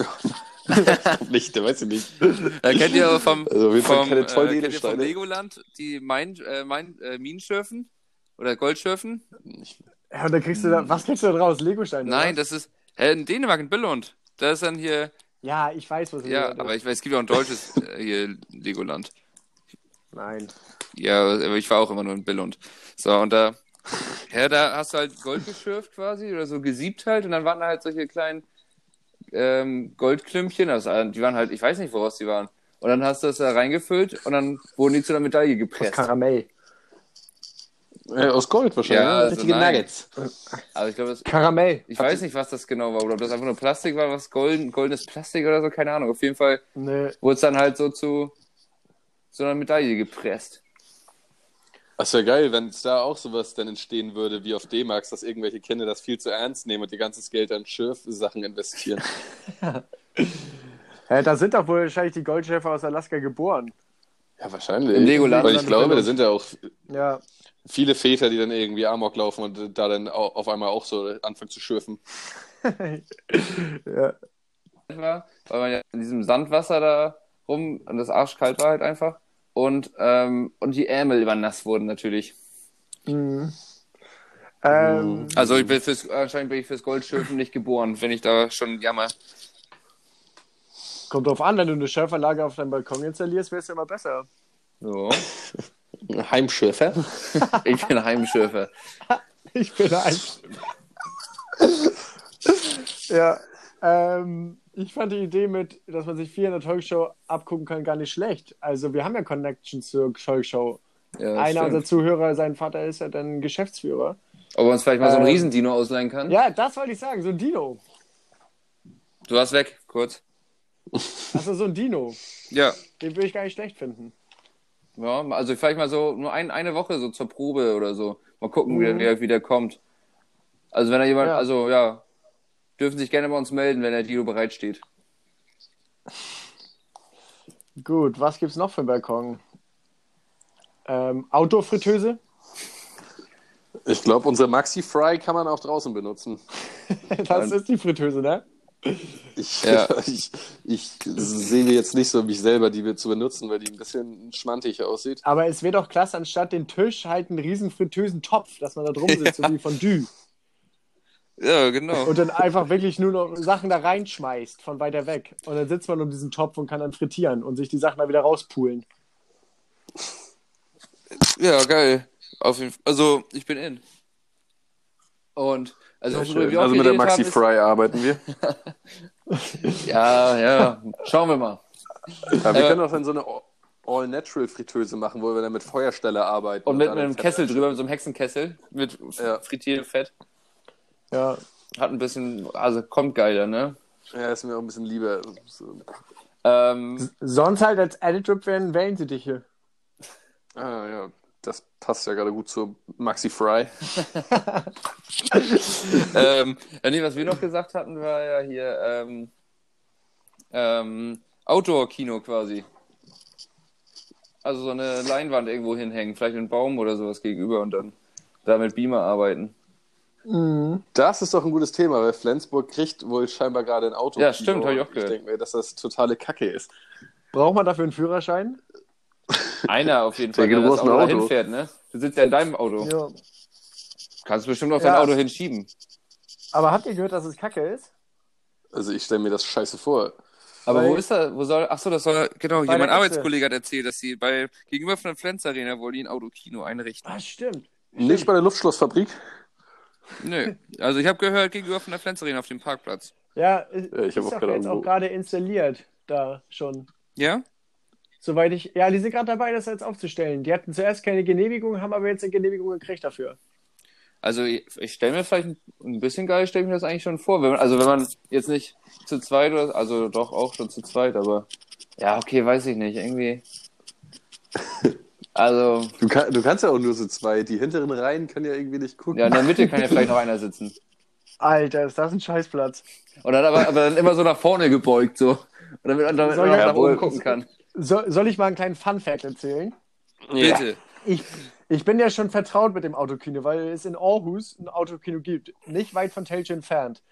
Speaker 3: nicht, da weiß ich nicht.
Speaker 1: Äh, kennt ihr aber vom,
Speaker 3: Also auf jeden Fall
Speaker 1: vom,
Speaker 3: keine
Speaker 1: äh,
Speaker 3: tollen
Speaker 1: kennt ihr vom
Speaker 3: Edelsteine.
Speaker 1: Legoland die Mein, äh, mein, äh, Minenschürfen oder Goldschürfen?
Speaker 2: Ja, und dann kriegst du da, was kriegst du da draus? Legosteine?
Speaker 1: Nein,
Speaker 2: oder?
Speaker 1: das ist äh, in Dänemark, in Billund. Da ist dann hier,
Speaker 2: Ja, ich weiß, was
Speaker 1: ja,
Speaker 2: Legoland
Speaker 1: aber
Speaker 2: ist.
Speaker 1: ich weiß, es gibt ja auch ein deutsches äh, hier Legoland.
Speaker 2: Nein.
Speaker 1: Ja, aber ich war auch immer nur in Billund. So, und da, ja, da hast du halt Gold geschürft quasi oder so gesiebt halt und dann waren da halt solche kleinen ähm, Goldklümpchen, also, äh, die waren halt, ich weiß nicht, woraus die waren. Und dann hast du das da reingefüllt und dann wurden die zu einer Medaille gepresst.
Speaker 2: Karamell.
Speaker 3: Äh, aus Gold wahrscheinlich.
Speaker 1: Ja,
Speaker 3: ne?
Speaker 1: also
Speaker 3: Richtige
Speaker 1: nein.
Speaker 3: Nuggets.
Speaker 1: Also ich glaube, das-
Speaker 2: Karamell.
Speaker 1: ich weiß nicht, was das genau war oder ob das einfach nur Plastik war, was golden, goldenes Plastik oder so, keine Ahnung. Auf jeden Fall
Speaker 2: Nee.
Speaker 1: wurde es dann halt so zu, zu einer Medaille gepresst.
Speaker 3: Das wäre geil, wenn es da auch sowas dann entstehen würde wie auf D-Max, dass irgendwelche Kinder das viel zu ernst nehmen und ihr ganzes Geld an Schürfsachen investieren.
Speaker 2: Ja, Äh, da sind doch wohl wahrscheinlich die Goldschäfer aus Alaska geboren.
Speaker 3: Ja, wahrscheinlich.
Speaker 1: Im Legoland.
Speaker 3: Weil ich glaube, da sind ja auch
Speaker 2: Ja.
Speaker 3: viele Väter, die dann irgendwie Amok laufen und da dann au- auf einmal auch so anfangen zu schürfen.
Speaker 2: ja.
Speaker 1: war, weil man ja in diesem Sandwasser da rum und das arschkalt war halt einfach. Und, ähm, und die Ärmel immer nass wurden natürlich.
Speaker 2: Mhm. Ähm,
Speaker 1: Also ich bin fürs, anscheinend bin ich fürs Goldschürfen nicht geboren, wenn ich da schon jammer.
Speaker 2: Kommt drauf an, wenn du eine Schärfanlage auf deinem Balkon installierst, wär's ja immer besser.
Speaker 1: So.
Speaker 3: Heimschürfer?
Speaker 1: Ich bin Heimschürfer.
Speaker 2: Ich bin ein. ja. Ähm, ich fand die Idee mit, dass man sich viel in der Talkshow abgucken kann, gar nicht schlecht. Also wir haben ja Connections zur Talkshow.
Speaker 1: Ja, das
Speaker 2: Einer
Speaker 1: stimmt.
Speaker 2: unserer Zuhörer, sein Vater ist ja dann Geschäftsführer.
Speaker 1: Ob er uns vielleicht mal so einen
Speaker 2: Ähm,
Speaker 1: Riesendino ausleihen kann?
Speaker 2: Ja, das wollte ich sagen, so ein Dino.
Speaker 1: Du warst weg, kurz.
Speaker 2: Also so ein Dino.
Speaker 1: Ja.
Speaker 2: Den würde ich gar nicht schlecht finden.
Speaker 1: ja. Also vielleicht mal so nur ein, eine Woche so zur Probe oder so. Mal gucken, wie, der- wie, der- wie der kommt. Also wenn da jemand,
Speaker 2: Mhm. Ja.
Speaker 1: also ja, dürfen sich gerne bei uns melden, wenn der Dino bereitsteht.
Speaker 2: Gut, was gibt's noch für einen Balkon? Ähm, Outdoor-Fritteuse?
Speaker 3: Ich glaube, unsere Maxi Fry kann man auch draußen benutzen.
Speaker 2: Das ist die Fritteuse, ne?
Speaker 3: Ich,
Speaker 1: Ja.
Speaker 3: ich, ich sehe jetzt nicht so mich selber, die wir zu benutzen, weil die ein bisschen schmantig aussieht.
Speaker 2: Aber es wäre doch klasse, anstatt den Tisch halt einen riesen fritösen Topf, dass man da drum sitzt, so wie Fondue.
Speaker 1: Ja, genau.
Speaker 2: Und dann einfach wirklich nur noch Sachen da reinschmeißt von weiter weg. Und dann sitzt man um diesen Topf und kann dann frittieren und sich die Sachen da wieder rauspulen.
Speaker 1: Ja, geil. Auf jeden Fall. Also, ich bin in. Und, also, worüber wir auch
Speaker 3: Also mit der
Speaker 1: geredet
Speaker 3: Maxi
Speaker 1: haben,
Speaker 3: Fry arbeiten wir.
Speaker 1: Ist, ja, ja. Schauen wir mal.
Speaker 3: Ja, wir
Speaker 1: Äh,
Speaker 3: können auch dann so eine All- All-Natural-Fritteuse machen, wo wir dann mit Feuerstelle arbeiten.
Speaker 1: Und mit
Speaker 3: dann
Speaker 1: einem
Speaker 3: Fett
Speaker 1: Kessel drüber, mit so einem Hexenkessel, mit
Speaker 3: Ja.
Speaker 1: Frittierfett.
Speaker 2: Ja,
Speaker 1: Hat ein bisschen, also kommt geiler, ne?
Speaker 3: Ja, ist mir auch ein bisschen lieber. So.
Speaker 1: Ähm,
Speaker 2: sonst halt als Additrip werden Wellensittiche.
Speaker 3: Ah, ja, das passt ja gerade gut zu Maxi Fry.
Speaker 1: ähm, ja, nee, was wir noch gesagt hatten, war ja hier ähm, ähm, Outdoor-Kino quasi. Also so eine Leinwand irgendwo hinhängen, vielleicht einen Baum oder sowas gegenüber und dann da mit Beamer arbeiten.
Speaker 3: Das ist doch ein gutes Thema, weil Flensburg kriegt wohl scheinbar gerade ein Auto.
Speaker 1: Ja, stimmt, hab ich auch gehört.
Speaker 3: Ich denke mir, dass das totale Kacke ist.
Speaker 2: Braucht man dafür einen Führerschein?
Speaker 1: Einer auf jeden
Speaker 3: Der
Speaker 1: Fall, der
Speaker 3: geht
Speaker 1: das
Speaker 3: aus dem
Speaker 1: Auto, da
Speaker 3: Auto.
Speaker 1: hinfährt, ne? Du sitzt ja in deinem Auto.
Speaker 2: Ja.
Speaker 1: Kannst bestimmt auf
Speaker 2: Ja.
Speaker 1: dein Auto hinschieben.
Speaker 2: Aber habt ihr gehört, dass es Kacke ist?
Speaker 3: Also ich stelle mir das scheiße vor.
Speaker 1: Aber
Speaker 2: Weil-
Speaker 1: wo ist er? Wo soll? Ach so, das soll genau.
Speaker 2: Bei
Speaker 1: Hier mein
Speaker 2: der Echse.
Speaker 1: Arbeitskollege hat erzählt, dass sie bei gegenüber von der Flens Arena wohl die ein Autokino einrichten.
Speaker 2: Ah, stimmt.
Speaker 3: Nicht bei der Luftschlossfabrik.
Speaker 1: Nö, also ich habe gehört gegenüber von der Flens Arena auf dem Parkplatz.
Speaker 2: Ja, ist,
Speaker 3: Ja, ich hab
Speaker 2: ist
Speaker 3: auch
Speaker 2: doch
Speaker 3: keine
Speaker 2: jetzt
Speaker 3: Ahnung,
Speaker 2: auch
Speaker 3: wo-
Speaker 2: gerade installiert, da schon.
Speaker 1: Ja?
Speaker 2: Soweit ich. Ja, die sind gerade dabei, das jetzt aufzustellen. Die hatten zuerst keine Genehmigung, haben aber jetzt eine Genehmigung gekriegt dafür.
Speaker 1: Also ich, ich stelle mir vielleicht ein, ein bisschen geil, stelle ich mir das eigentlich schon vor. Wenn man, also wenn man jetzt nicht zu zweit oder also doch auch schon zu zweit, aber ja, okay, weiß ich nicht. Irgendwie. Also,
Speaker 3: Du, kann, du kannst ja auch nur so zwei. Die hinteren Reihen können ja irgendwie nicht gucken.
Speaker 1: ja, in der Mitte kann ja vielleicht noch einer sitzen.
Speaker 2: Alter, ist das ein Scheißplatz.
Speaker 1: Und dann aber, aber dann immer so nach vorne gebeugt, so. Und damit, damit
Speaker 2: Soll
Speaker 1: man auch
Speaker 2: ja
Speaker 1: nach
Speaker 3: wohl-
Speaker 1: oben gucken kann.
Speaker 2: So, soll ich mal einen kleinen Fun-Fact erzählen?
Speaker 1: Bitte.
Speaker 2: Ich, ich bin ja schon vertraut mit dem Autokino, weil es in Aarhus ein Autokino gibt. Nicht weit von Telge entfernt.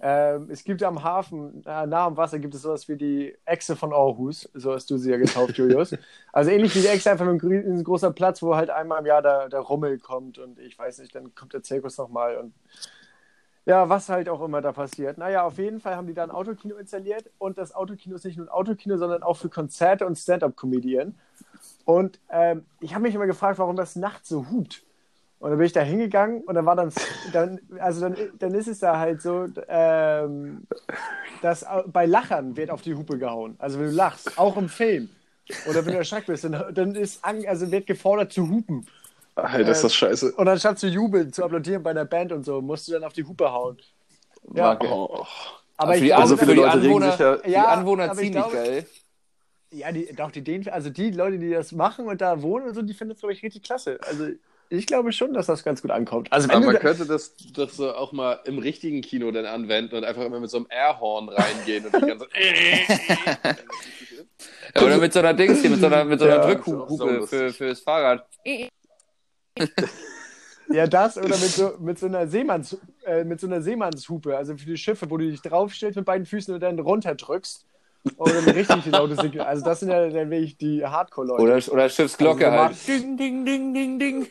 Speaker 2: Ähm, es gibt am Hafen, äh, nah am Wasser, gibt es sowas wie die Echse von Aarhus. So hast du sie ja getauft, Julius. Also ähnlich wie die Echse, einfach mit einem riesen großer Platz, wo halt einmal im Jahr der, der Rummel kommt und ich weiß nicht, dann kommt der Zirkus nochmal und ja, was halt auch immer da passiert. Naja, auf jeden Fall haben die da ein Autokino installiert und das Autokino ist nicht nur ein Autokino, sondern auch für Konzerte und Stand-Up-Comedien. Und ähm, ich habe mich immer gefragt, warum das nachts so hupt. Und dann bin ich da hingegangen und dann war dann, dann also dann, dann ist es da halt so, ähm, dass au- bei Lachern wird auf die Hupe gehauen. Also wenn du lachst, auch im Film. Oder wenn du erschreckt bist, dann, dann ist an, also wird gefordert zu hupen.
Speaker 3: Alter, ist das scheiße.
Speaker 2: Und anstatt zu jubeln, zu applaudieren bei einer Band und so, musst du dann auf die Hupe hauen. Ja,
Speaker 1: Marke.
Speaker 3: Oh.
Speaker 2: aber
Speaker 1: für die,
Speaker 3: glaube,
Speaker 1: also
Speaker 3: viele
Speaker 1: für die
Speaker 3: Leute regen
Speaker 1: Anwohner,
Speaker 3: sich ja-
Speaker 1: die
Speaker 2: Ja,
Speaker 1: Anwohner
Speaker 2: aber ich
Speaker 1: ziehen nicht
Speaker 2: glaube-
Speaker 1: geil.
Speaker 2: Ja, die, doch, die Dänen, also die Leute, die das machen und da wohnen und so, die finden es, glaube ich, richtig klasse. Also ich glaube schon, dass das ganz gut ankommt. Also wenn
Speaker 3: Aber
Speaker 2: du
Speaker 3: man
Speaker 2: da,
Speaker 3: könnte das doch so auch mal im richtigen Kino dann anwenden und einfach immer mit so einem Airhorn reingehen und die ganze.
Speaker 1: Ja, oder mit so einer Dings hier, mit so einer, mit so einer
Speaker 2: Ja,
Speaker 3: ist auch
Speaker 1: Drückhupe
Speaker 3: saulustig.
Speaker 1: für, fürs Fahrrad.
Speaker 2: ja das oder mit so, mit so einer Seemanns, äh, mit so einer Seemannshupe, also für die Schiffe, wo du dich draufstellst mit beiden Füßen und dann runterdrückst. Oder ein richtig lautes Signal. Also das sind ja dann wirklich die Hardcore-Leute.
Speaker 1: Oder, oder Schiffsglocke
Speaker 2: Also normal-
Speaker 1: halt. Ding, ding, ding, ding, ding.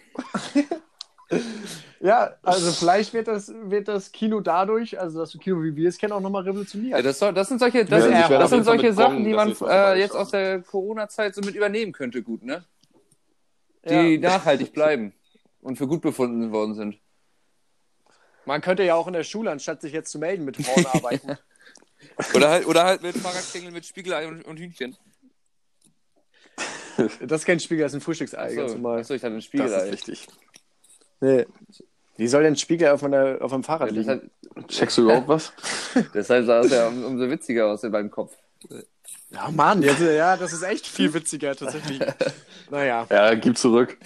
Speaker 2: Ja, also vielleicht wird das, wird das Kino dadurch, also das Kino, wie wir es kennen, auch nochmal revolutioniert.
Speaker 1: Ja, das, soll, das sind solche, das,
Speaker 2: Ja, ich werde
Speaker 1: das
Speaker 3: auf jeden
Speaker 1: sind
Speaker 3: Fall
Speaker 1: solche
Speaker 3: mit bongen,
Speaker 1: Sachen, die
Speaker 3: dass
Speaker 1: man
Speaker 3: ich das
Speaker 1: äh,
Speaker 3: vorbeischaue.
Speaker 1: jetzt aus der Corona-Zeit so mit übernehmen könnte, gut, ne?
Speaker 2: Ja.
Speaker 1: Die nachhaltig bleiben und für gut befunden worden sind.
Speaker 2: Man könnte ja auch in der Schule, anstatt sich jetzt zu melden, mit Frauen arbeiten.
Speaker 1: Oder halt, oder halt mit Fahrradklingeln mit Spiegelei und, und Hühnchen.
Speaker 2: Das ist kein Spiegel, das ist ein Frühstücksei. ganz
Speaker 1: Achso,
Speaker 2: normal.
Speaker 1: achso, ich hatte ein
Speaker 3: Das ist
Speaker 1: Spiegelei.
Speaker 3: richtig.
Speaker 2: Nee. Wie soll denn Spiegel auf, meiner, auf dem Fahrrad liegen?
Speaker 1: Deshalb,
Speaker 3: Checkst du überhaupt was?
Speaker 1: deshalb sah es ja um, umso witziger aus in meinem Kopf.
Speaker 2: Ja, Oh Mann, jetzt, ja, das ist echt viel witziger tatsächlich. naja.
Speaker 3: Ja, gib zurück.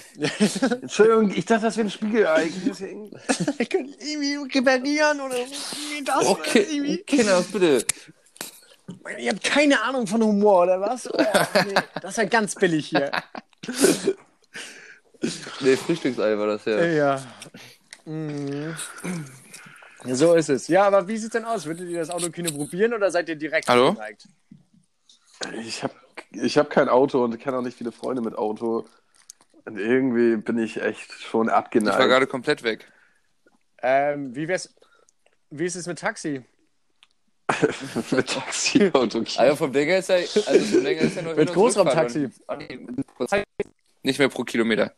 Speaker 2: Entschuldigung, ich dachte, das wäre ein Spiegelei. Wir können irgendwie reparieren oder irgendwie das.
Speaker 1: Oh, Okay, Kinder, bitte.
Speaker 2: Ihr habt keine Ahnung von Humor, oder was? Oh, nee, das ist ja ganz billig hier.
Speaker 1: Nee, Frühstücksei war das ja.
Speaker 2: Ja. Mhm. So ist es. Ja, aber wie sieht's denn aus? Würdet ihr das Autokino probieren oder seid ihr direkt
Speaker 1: Hallo?
Speaker 2: abgeneigt?
Speaker 3: Ich habe ich hab kein Auto und kenne auch nicht viele Freunde mit Auto. Und irgendwie bin ich echt schon
Speaker 1: Ich war
Speaker 3: abgeneigt.
Speaker 1: gerade komplett weg.
Speaker 2: Ähm, wie wär's? Wie ist es mit Taxi?
Speaker 3: mit Taxi, Auto,
Speaker 1: Also vom Ding her ist ja, also vom Ding her ist ja nur
Speaker 2: Mit
Speaker 1: Hin- und
Speaker 2: Großraumtaxi.
Speaker 1: Rückfahren und- Ach nee, Nicht mehr pro Kilometer.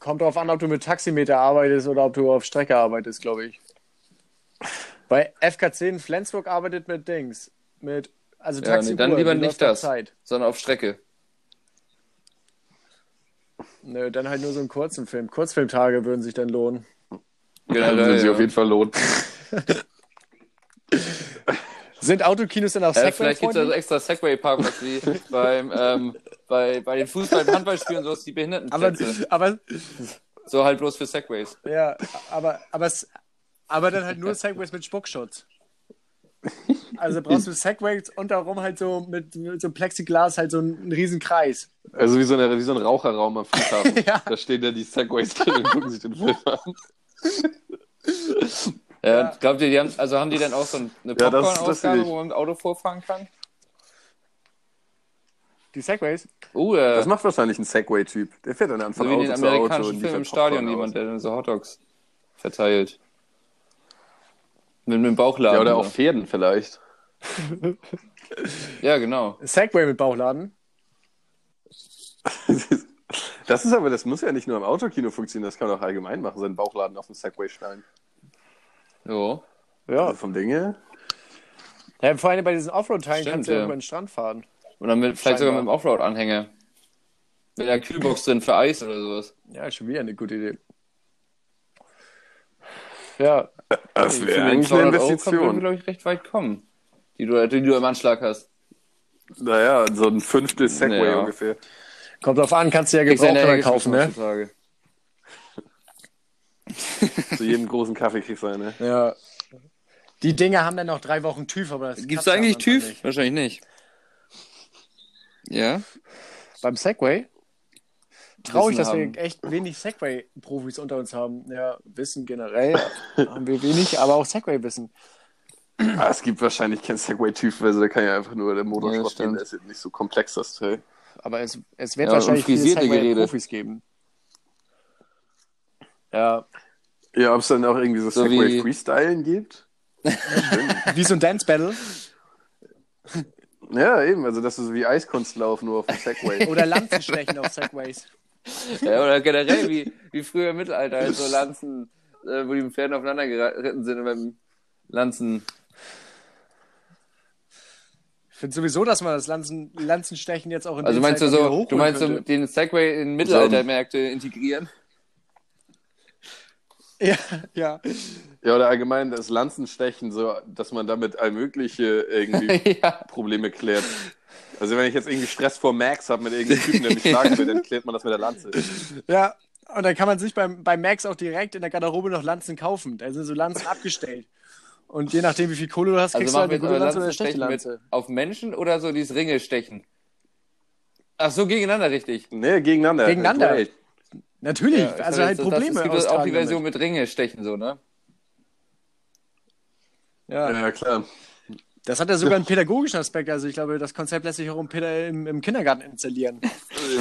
Speaker 2: Kommt drauf an, ob du mit Taximeter arbeitest oder ob du auf Strecke arbeitest, glaube ich. Bei FK10 Flensburg arbeitet mit Dings. Mit, also
Speaker 1: Ja,
Speaker 2: Taxi
Speaker 1: nee, dann
Speaker 2: Uhr,
Speaker 1: lieber
Speaker 2: die
Speaker 1: nicht
Speaker 2: läuft auf
Speaker 1: das,
Speaker 2: Zeit.
Speaker 1: sondern auf Strecke.
Speaker 2: Nö, dann halt nur so einen kurzen Film. Kurzfilmtage würden sich dann lohnen.
Speaker 1: Generell,
Speaker 3: würden sie
Speaker 1: ja.
Speaker 3: auf jeden Fall lohnen.
Speaker 2: Sind Autokinos dann auch
Speaker 1: Äh,
Speaker 2: Segway
Speaker 1: vielleicht gibt es also extra Segway-Parkplatz wie beim, ähm, bei, bei den Fußball- und Handballspielen, so ist die
Speaker 2: aber,
Speaker 1: Behindertenplätze.
Speaker 2: aber,
Speaker 1: So halt bloß für Segways.
Speaker 2: ja, aber, aber, s- aber dann halt nur Segways mit Spuckschutz. Also brauchst du Segways und darum halt so mit, mit so Plexiglas halt so einen riesen Kreis.
Speaker 3: Also wie so, eine, wie so ein Raucherraum am Flughafen.
Speaker 2: Ja.
Speaker 3: Da stehen dann die Segways drin und gucken sich den Film an.
Speaker 1: Ja, Glaubt ihr, die haben, also haben die dann auch so eine
Speaker 3: Ja, das- das will
Speaker 1: Popcorn-Ausgabe,
Speaker 3: ich.
Speaker 1: wo man ein Auto vorfahren kann?
Speaker 2: Die Segways?
Speaker 1: Oh, äh,
Speaker 3: Das macht wahrscheinlich ein Segway-Typ. Der fährt dann einfach
Speaker 1: so
Speaker 3: von
Speaker 1: wie in
Speaker 3: Auto
Speaker 1: den
Speaker 3: zu Auto
Speaker 1: amerikanischen
Speaker 3: und liefert
Speaker 1: Filmen im
Speaker 3: Popcorn
Speaker 1: Stadion
Speaker 3: aus.
Speaker 1: jemand, der dann so Hotdogs verteilt. Mit, mit dem Bauchladen.
Speaker 3: Ja, oder
Speaker 1: so.
Speaker 3: auf Pferden vielleicht.
Speaker 1: ja genau.
Speaker 2: Segway mit Bauchladen?
Speaker 3: Das ist aber, das muss ja nicht nur im Autokino funktionieren, das kann man auch allgemein machen, seinen Bauchladen auf dem Segway schneiden.
Speaker 1: Jo.
Speaker 3: Ja. Also vom Ding her.
Speaker 2: Ja, vor allem bei diesen Offroad-Teilen
Speaker 1: Stimmt,
Speaker 2: kannst du ja
Speaker 1: ja.
Speaker 2: über den Strand fahren.
Speaker 1: Und dann mit, vielleicht sogar mit
Speaker 2: Scheinbar.
Speaker 1: dem Offroad-Anhänger. Mit einer Kühlbox drin für Eis oder sowas.
Speaker 2: Ja, schon wieder eine gute Idee. Ja,
Speaker 3: Das
Speaker 1: Für
Speaker 3: wäre
Speaker 1: den
Speaker 3: eigentlich
Speaker 1: 200 Euro
Speaker 3: eine
Speaker 1: Kann man,
Speaker 3: Investition.
Speaker 1: glaube ich, recht weit kommen. Die du, die du im Anschlag hast.
Speaker 3: Naja, so ein Fünftel Segway
Speaker 1: Naja.
Speaker 3: ungefähr.
Speaker 2: kommt drauf an, kannst du ja
Speaker 1: Kriegst du in
Speaker 2: gebraucht
Speaker 1: der
Speaker 2: oder
Speaker 1: Ecke
Speaker 2: kaufen, ne?
Speaker 1: heutzutage.
Speaker 3: Zu jedem großen Kaffee kriegst du eine.
Speaker 2: Ja. Die Dinger haben dann noch drei Wochen TÜV, aber das
Speaker 1: Gibt's
Speaker 2: kannst du
Speaker 1: da eigentlich
Speaker 2: am Anfang
Speaker 1: TÜV?
Speaker 2: nicht.
Speaker 1: Wahrscheinlich nicht. Ja.
Speaker 2: Beim Segway?
Speaker 1: Wissen
Speaker 2: Traurig, dass
Speaker 1: haben.
Speaker 2: wir echt wenig Segway-Profis unter uns haben. Ja, Wissen generell haben wir wenig, aber auch Segway-Wissen.
Speaker 3: Ah, es gibt wahrscheinlich keinen Segway-Typ, also der kann ja einfach nur der
Speaker 1: Ja,
Speaker 3: Motorsport
Speaker 1: das
Speaker 3: nehmen,
Speaker 1: stimmt.
Speaker 3: der ist jetzt nicht so komplex, das Teil.
Speaker 2: Aber es, es wird
Speaker 1: Ja, und
Speaker 2: wahrscheinlich viele
Speaker 1: frisierte
Speaker 2: Segway-Profis geben. Ja,
Speaker 3: Ja, ob es dann auch irgendwie so,
Speaker 1: So wie-
Speaker 3: Segway-Freestylen gibt?
Speaker 2: wie so ein Dance-Battle
Speaker 3: Ja, eben, also das ist so wie Eiskunstlauf nur auf dem Segway.
Speaker 2: oder Lanzenstechen auf Segways.
Speaker 1: ja oder generell wie, wie früher im Mittelalter, als so Lanzen, äh, wo die mit Pferden aufeinander geritten sind und beim Lanzen.
Speaker 2: Ich finde sowieso, dass man das Lanzen, Lanzenstechen jetzt auch in
Speaker 1: Also
Speaker 2: der
Speaker 1: meinst du
Speaker 2: Zeit wieder
Speaker 1: so,
Speaker 2: hochholen
Speaker 1: du meinst so
Speaker 2: könnte.
Speaker 1: den Segway in Mittelaltermärkte integrieren?
Speaker 2: Ja, ja.
Speaker 3: ja, oder allgemein das Lanzenstechen, so, dass man damit all mögliche irgendwie
Speaker 1: ja.
Speaker 3: Probleme klärt. Also wenn ich jetzt irgendwie Stress vor Max habe mit irgendeinem Typen, der mich schlagen will, dann klärt man das mit der Lanze.
Speaker 2: Ja, und dann kann man sich beim, bei Max auch direkt in der Garderobe noch Lanzen kaufen. Da sind so Lanzen abgestellt. Und je nachdem, wie viel Kohle du hast, kriegst
Speaker 1: Also
Speaker 2: du
Speaker 1: machen
Speaker 2: halt
Speaker 1: wir jetzt
Speaker 2: eine gute
Speaker 1: euer
Speaker 2: Lanze oder eine schlechte
Speaker 1: Lanzenstechen mit
Speaker 2: Lanze.
Speaker 1: auf Menschen oder so dieses Ringe stechen? Ach so, gegeneinander richtig.
Speaker 3: Nee, gegeneinander.
Speaker 2: Gegeneinander?
Speaker 3: Duell.
Speaker 2: Natürlich,
Speaker 1: Ja,
Speaker 2: also halt
Speaker 1: das-
Speaker 2: Probleme
Speaker 1: Das, es gibt auch die
Speaker 2: austragen
Speaker 1: Version
Speaker 2: damit.
Speaker 1: mit Ringe stechen, so, ne?
Speaker 2: Ja.
Speaker 3: Ja, klar.
Speaker 2: Das hat ja sogar einen pädagogischen Aspekt. Also ich glaube, das Konzept lässt sich auch im, Päda- im, im Kindergarten installieren.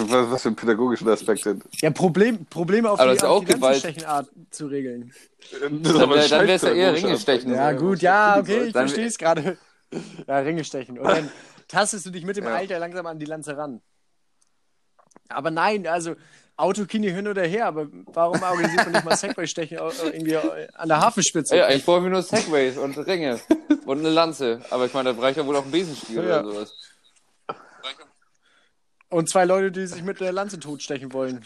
Speaker 3: Was, was für ein pädagogischer Aspekt denn?
Speaker 2: Ja, Problem, Probleme auf
Speaker 1: Aber
Speaker 2: die,
Speaker 1: das ist
Speaker 2: auf
Speaker 1: auch
Speaker 2: die
Speaker 1: Gewalt.
Speaker 2: Lanzenstechenart zu regeln.
Speaker 3: Das ist
Speaker 1: Dann,
Speaker 3: aber ein
Speaker 1: wär- dann
Speaker 3: scheiß
Speaker 1: wär's ja eher
Speaker 3: pädagogischer
Speaker 1: Ringe
Speaker 3: Aspekt.
Speaker 1: stechen.
Speaker 2: Ja, gut, ja, okay, ich
Speaker 1: Dann-
Speaker 2: verstehe es gerade. Ja, Ringe stechen. Und dann tastest du dich mit dem
Speaker 3: Ja.
Speaker 2: Alter langsam an die Lanze ran. Aber nein, also Autokini hin oder her, aber warum organisiert man nicht mal Segway-Stechen au- äh, irgendwie an der Hafenspitze?
Speaker 1: Ja, ich brauche mir nur Segways und Ringe und eine Lanze. Aber ich meine, da reicht ja wohl auch ein Besenstiel
Speaker 2: Ja.
Speaker 1: oder sowas.
Speaker 2: Und zwei Leute, die sich mit der Lanze totstechen wollen.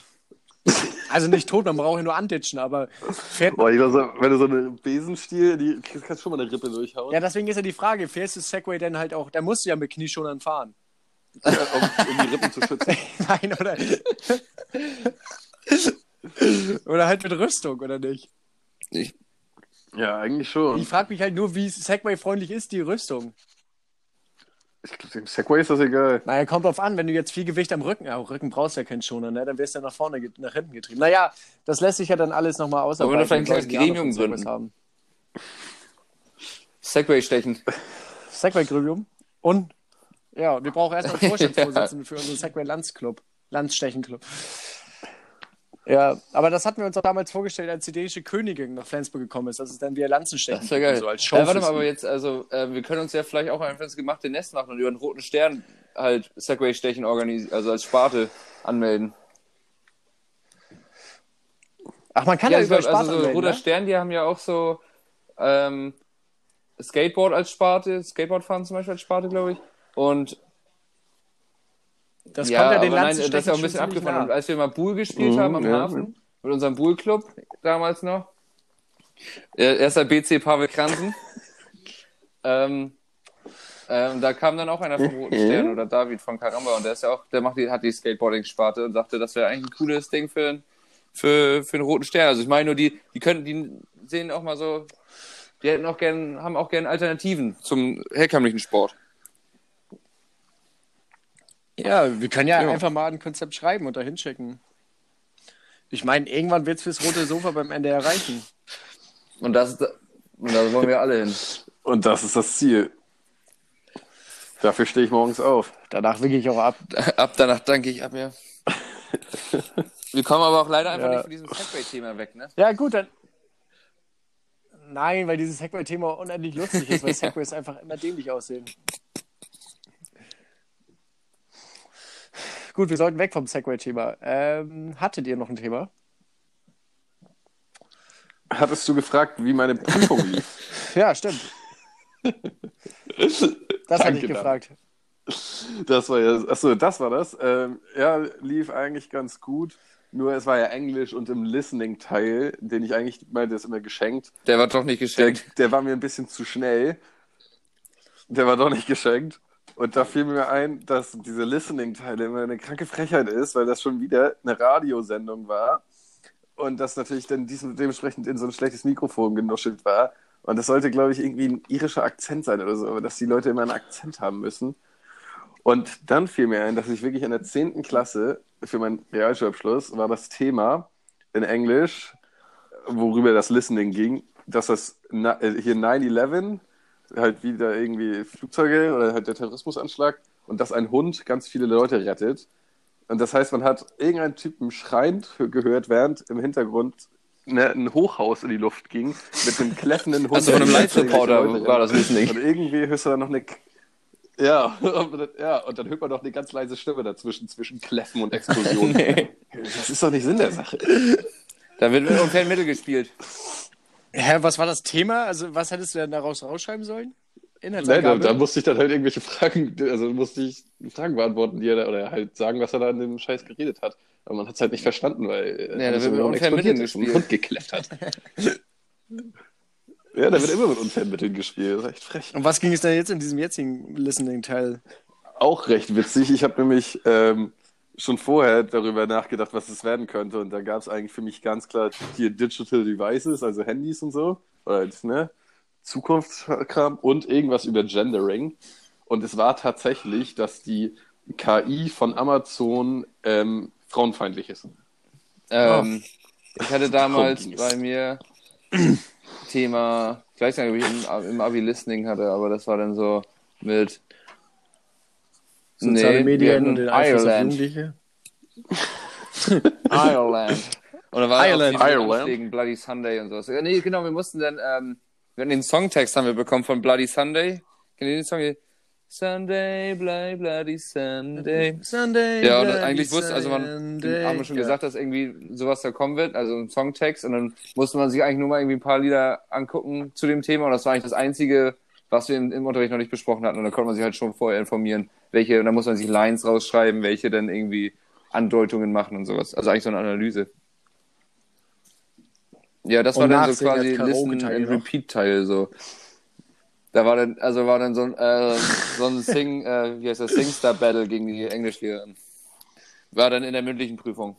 Speaker 2: Also nicht tot, man braucht ja nur anditschen, aber fährt,
Speaker 3: Boah, ich glaub, so- wenn du so einen Besenstiel, die kriegst, kannst du schon mal eine Rippe durchhauen.
Speaker 2: ja, deswegen ist ja die Frage, fährst du Segway denn halt auch, da musst du ja mit Knieschonern fahren.
Speaker 3: um, um die Rippen zu schützen.
Speaker 2: Nein, oder? oder halt mit Rüstung, oder nicht?
Speaker 3: Ja, eigentlich schon.
Speaker 2: Ich frage mich halt nur, wie Segway-freundlich ist die Rüstung.
Speaker 3: Ich glaube, dem Segway ist das egal.
Speaker 2: Naja, kommt drauf an, wenn du jetzt viel Gewicht am Rücken, am Rücken brauchst du ja keinen Schoner, ne? dann wirst du ja nach vorne, ge- nach hinten getrieben. Naja, das lässt sich ja dann alles nochmal ausarbeiten.
Speaker 1: Wollen wir vielleicht ein
Speaker 2: Leute, die
Speaker 1: kleines Gremium
Speaker 2: Ahnung von
Speaker 1: gründen?
Speaker 2: Segways haben.
Speaker 1: Segway stechen.
Speaker 2: Segway-Gremium und, ja, wir brauchen erstmal einen Vorstandsvorsitzenden für unseren Segway-Lanz-Club, Lanz-Stechen-Club. Ja, aber das hatten wir uns auch damals vorgestellt, als die dänische Königin nach Flensburg gekommen ist, dass es dann wieder Lanzenstechen
Speaker 1: Das wäre geil.
Speaker 2: So als Show
Speaker 1: äh, warte mal, aber jetzt, also, äh, wir können uns ja vielleicht auch einfach das gemachte Nest machen und über den roten Stern halt Segway stechen organisieren, also als Sparte anmelden.
Speaker 2: Ach, man kann
Speaker 1: ja,
Speaker 2: ja,
Speaker 1: ich
Speaker 2: über
Speaker 1: glaub,
Speaker 2: Spaß
Speaker 1: also so
Speaker 2: anmelden,
Speaker 1: Roter
Speaker 2: ne?
Speaker 1: Stern, die haben ja auch so ähm, Skateboard als Sparte, Skateboardfahren zum Beispiel als Sparte, glaube ich. Und
Speaker 2: Das
Speaker 1: ja,
Speaker 2: kommt ja den
Speaker 1: aber nein,
Speaker 2: Lanzenstechen
Speaker 1: das ist auch ein
Speaker 2: schon
Speaker 1: bisschen
Speaker 2: ziemlich
Speaker 1: abgefahren.
Speaker 2: nah.
Speaker 1: Und als wir mal Bull gespielt
Speaker 3: Mhm,
Speaker 1: haben am
Speaker 3: ja.
Speaker 1: Hafen, mit unserem Bull-Club damals noch, äh, erster BC Pavel Kransen, ähm, ähm, da kam dann auch einer vom Roten Stern oder David von Karamba und der ist ja auch, der macht die, hat die Skateboarding-Sparte und sagte, das wäre eigentlich ein cooles Ding für, einen- für, für den Roten Stern. Also ich meine nur, die, die könnten, die sehen auch mal so, die hätten auch gern, haben auch gern Alternativen zum herkömmlichen Sport.
Speaker 2: Ja, wir können ja,
Speaker 1: Ja.
Speaker 2: einfach mal ein Konzept schreiben und da hinschicken. Ich meine, irgendwann wird es fürs rote Sofa beim Ende erreichen.
Speaker 1: Und das, ist- und da wollen wir alle hin.
Speaker 3: Und das ist das Ziel. Dafür stehe ich morgens auf.
Speaker 2: Danach winke ich auch ab.
Speaker 1: Ab danach danke ich ab, ja. Wir kommen aber auch leider einfach
Speaker 2: Ja.
Speaker 1: nicht von diesem Segway-Thema weg, ne?
Speaker 2: Ja, gut, dann. Nein, weil dieses Segway-Thema unendlich lustig ist, weil Segways einfach immer dämlich aussehen. Gut, wir sollten weg vom Segway-Thema. Ähm, hattet ihr noch ein Thema?
Speaker 3: Hattest du gefragt, wie meine Prüfung lief?
Speaker 2: Ja, stimmt. Das hatte ich
Speaker 3: Danke,
Speaker 2: gefragt.
Speaker 3: Das war ja, achso, das war das. Ähm, ja, lief eigentlich ganz gut. Nur es war ja Englisch und im Listening-Teil, den ich eigentlich meinte, ist immer geschenkt.
Speaker 1: Der war doch nicht
Speaker 3: Der,
Speaker 1: geschenkt.
Speaker 3: der war mir ein bisschen zu schnell. Der war doch nicht geschenkt. Und da fiel mir ein, dass diese Listening-Teile immer eine kranke Frechheit ist, weil das schon wieder eine Radiosendung war. Und das natürlich dann diesem, dementsprechend in so ein schlechtes Mikrofon genuschelt war. Und das sollte, glaube ich, irgendwie ein irischer Akzent sein oder so, aber dass die Leute immer einen Akzent haben müssen. Und dann fiel mir ein, dass ich wirklich in der 10. Klasse für meinen Realschulabschluss war das Thema in Englisch, worüber das Listening ging, dass das na- äh, hier 9-11, halt wieder irgendwie Flugzeuge oder halt der Terrorismusanschlag und dass ein Hund ganz viele Leute rettet. Und das heißt, man hat irgendeinen Typen schreiend gehört, während im Hintergrund ne, ein Hochhaus in die Luft ging mit einem kläffenden Hund.
Speaker 1: Also von einem
Speaker 3: der irgendwelche Leute
Speaker 1: Live-Reporter war
Speaker 3: rettet.
Speaker 1: das Listening.
Speaker 3: Und irgendwie hörst du dann noch eine. K- Ja, und dann- ja, und dann hört man noch eine ganz leise Stimme dazwischen, zwischen Kläffen und Explosionen. Das ist doch nicht Sinn der Sache.
Speaker 1: Da wird mit unfairen Mittel gespielt.
Speaker 2: Hä, was war das Thema? Also, was hättest du denn daraus rausschreiben sollen?
Speaker 3: Nein, da,
Speaker 2: Inhaltsangabe?
Speaker 3: da musste ich dann halt irgendwelche Fragen, also musste ich Fragen beantworten, die er da, oder halt sagen, was er da in dem Scheiß geredet hat. Aber man hat es halt nicht verstanden, weil äh,
Speaker 1: da
Speaker 3: alles
Speaker 1: wird mit
Speaker 3: immer
Speaker 1: unfairen
Speaker 3: explodiert
Speaker 1: Mitteln
Speaker 3: ist und
Speaker 1: gespielt.
Speaker 3: Hund gekläfft hat. ja, da wird immer mit unfairen Mitteln gespielt. Das ist echt frech.
Speaker 2: Und was ging es denn jetzt in diesem jetzigen Listening-Teil?
Speaker 3: auch recht witzig. Ich habe nämlich ähm, schon vorher darüber nachgedacht, was es werden könnte. Und da gab es eigentlich für mich ganz klar hier Digital Devices, also Handys und so. Oder ne, Zukunftskram und irgendwas über Gendering. Und es war tatsächlich, dass die KI von Amazon ähm, frauenfeindlich ist.
Speaker 1: Ähm,
Speaker 2: Oh.
Speaker 1: ich hatte damals
Speaker 3: Komm, Dings.
Speaker 1: bei mir Thema, ich weiß nicht, ob ich im, im Abi Listening hatte, aber das war dann so mit Nee,
Speaker 2: Soziale
Speaker 1: wir
Speaker 2: Medien
Speaker 1: hatten
Speaker 2: und den Einfluss auf
Speaker 1: Ireland.
Speaker 2: Jugendliche?
Speaker 1: Ireland. Und da war
Speaker 2: Ireland.
Speaker 1: Auch
Speaker 3: Ireland.
Speaker 1: Ireland. Wegen Bloody Sunday und sowas. Ja, nee, genau, wir mussten dann, ähm, wir hatten den Songtext haben wir bekommen von Bloody Sunday. Kennt ihr den Song? Sunday, Bloody, Bloody Sunday.
Speaker 2: Sunday.
Speaker 1: Ja, und eigentlich wusste, also man, haben wir schon gesagt, dass irgendwie sowas da kommen wird, also ein Songtext, und dann musste man sich eigentlich nur mal irgendwie ein paar Lieder angucken zu dem Thema, und das war eigentlich das Einzige, was wir im, im Unterricht noch nicht besprochen hatten, und da konnte man sich halt schon vorher informieren, welche, und dann muss man sich Lines rausschreiben, welche dann irgendwie Andeutungen machen und sowas, also eigentlich so eine Analyse. Ja, das
Speaker 2: Und
Speaker 1: war dann so
Speaker 2: nachsingen
Speaker 1: quasi
Speaker 2: als
Speaker 1: Listen
Speaker 2: Karaoke-Teil
Speaker 1: and
Speaker 2: noch.
Speaker 1: Repeat Teil so. Da war dann, also war dann so ein, äh, so ein Sing, äh, wie heißt das, Singstar Battle gegen die Englischlehrerin. War dann in der mündlichen Prüfung.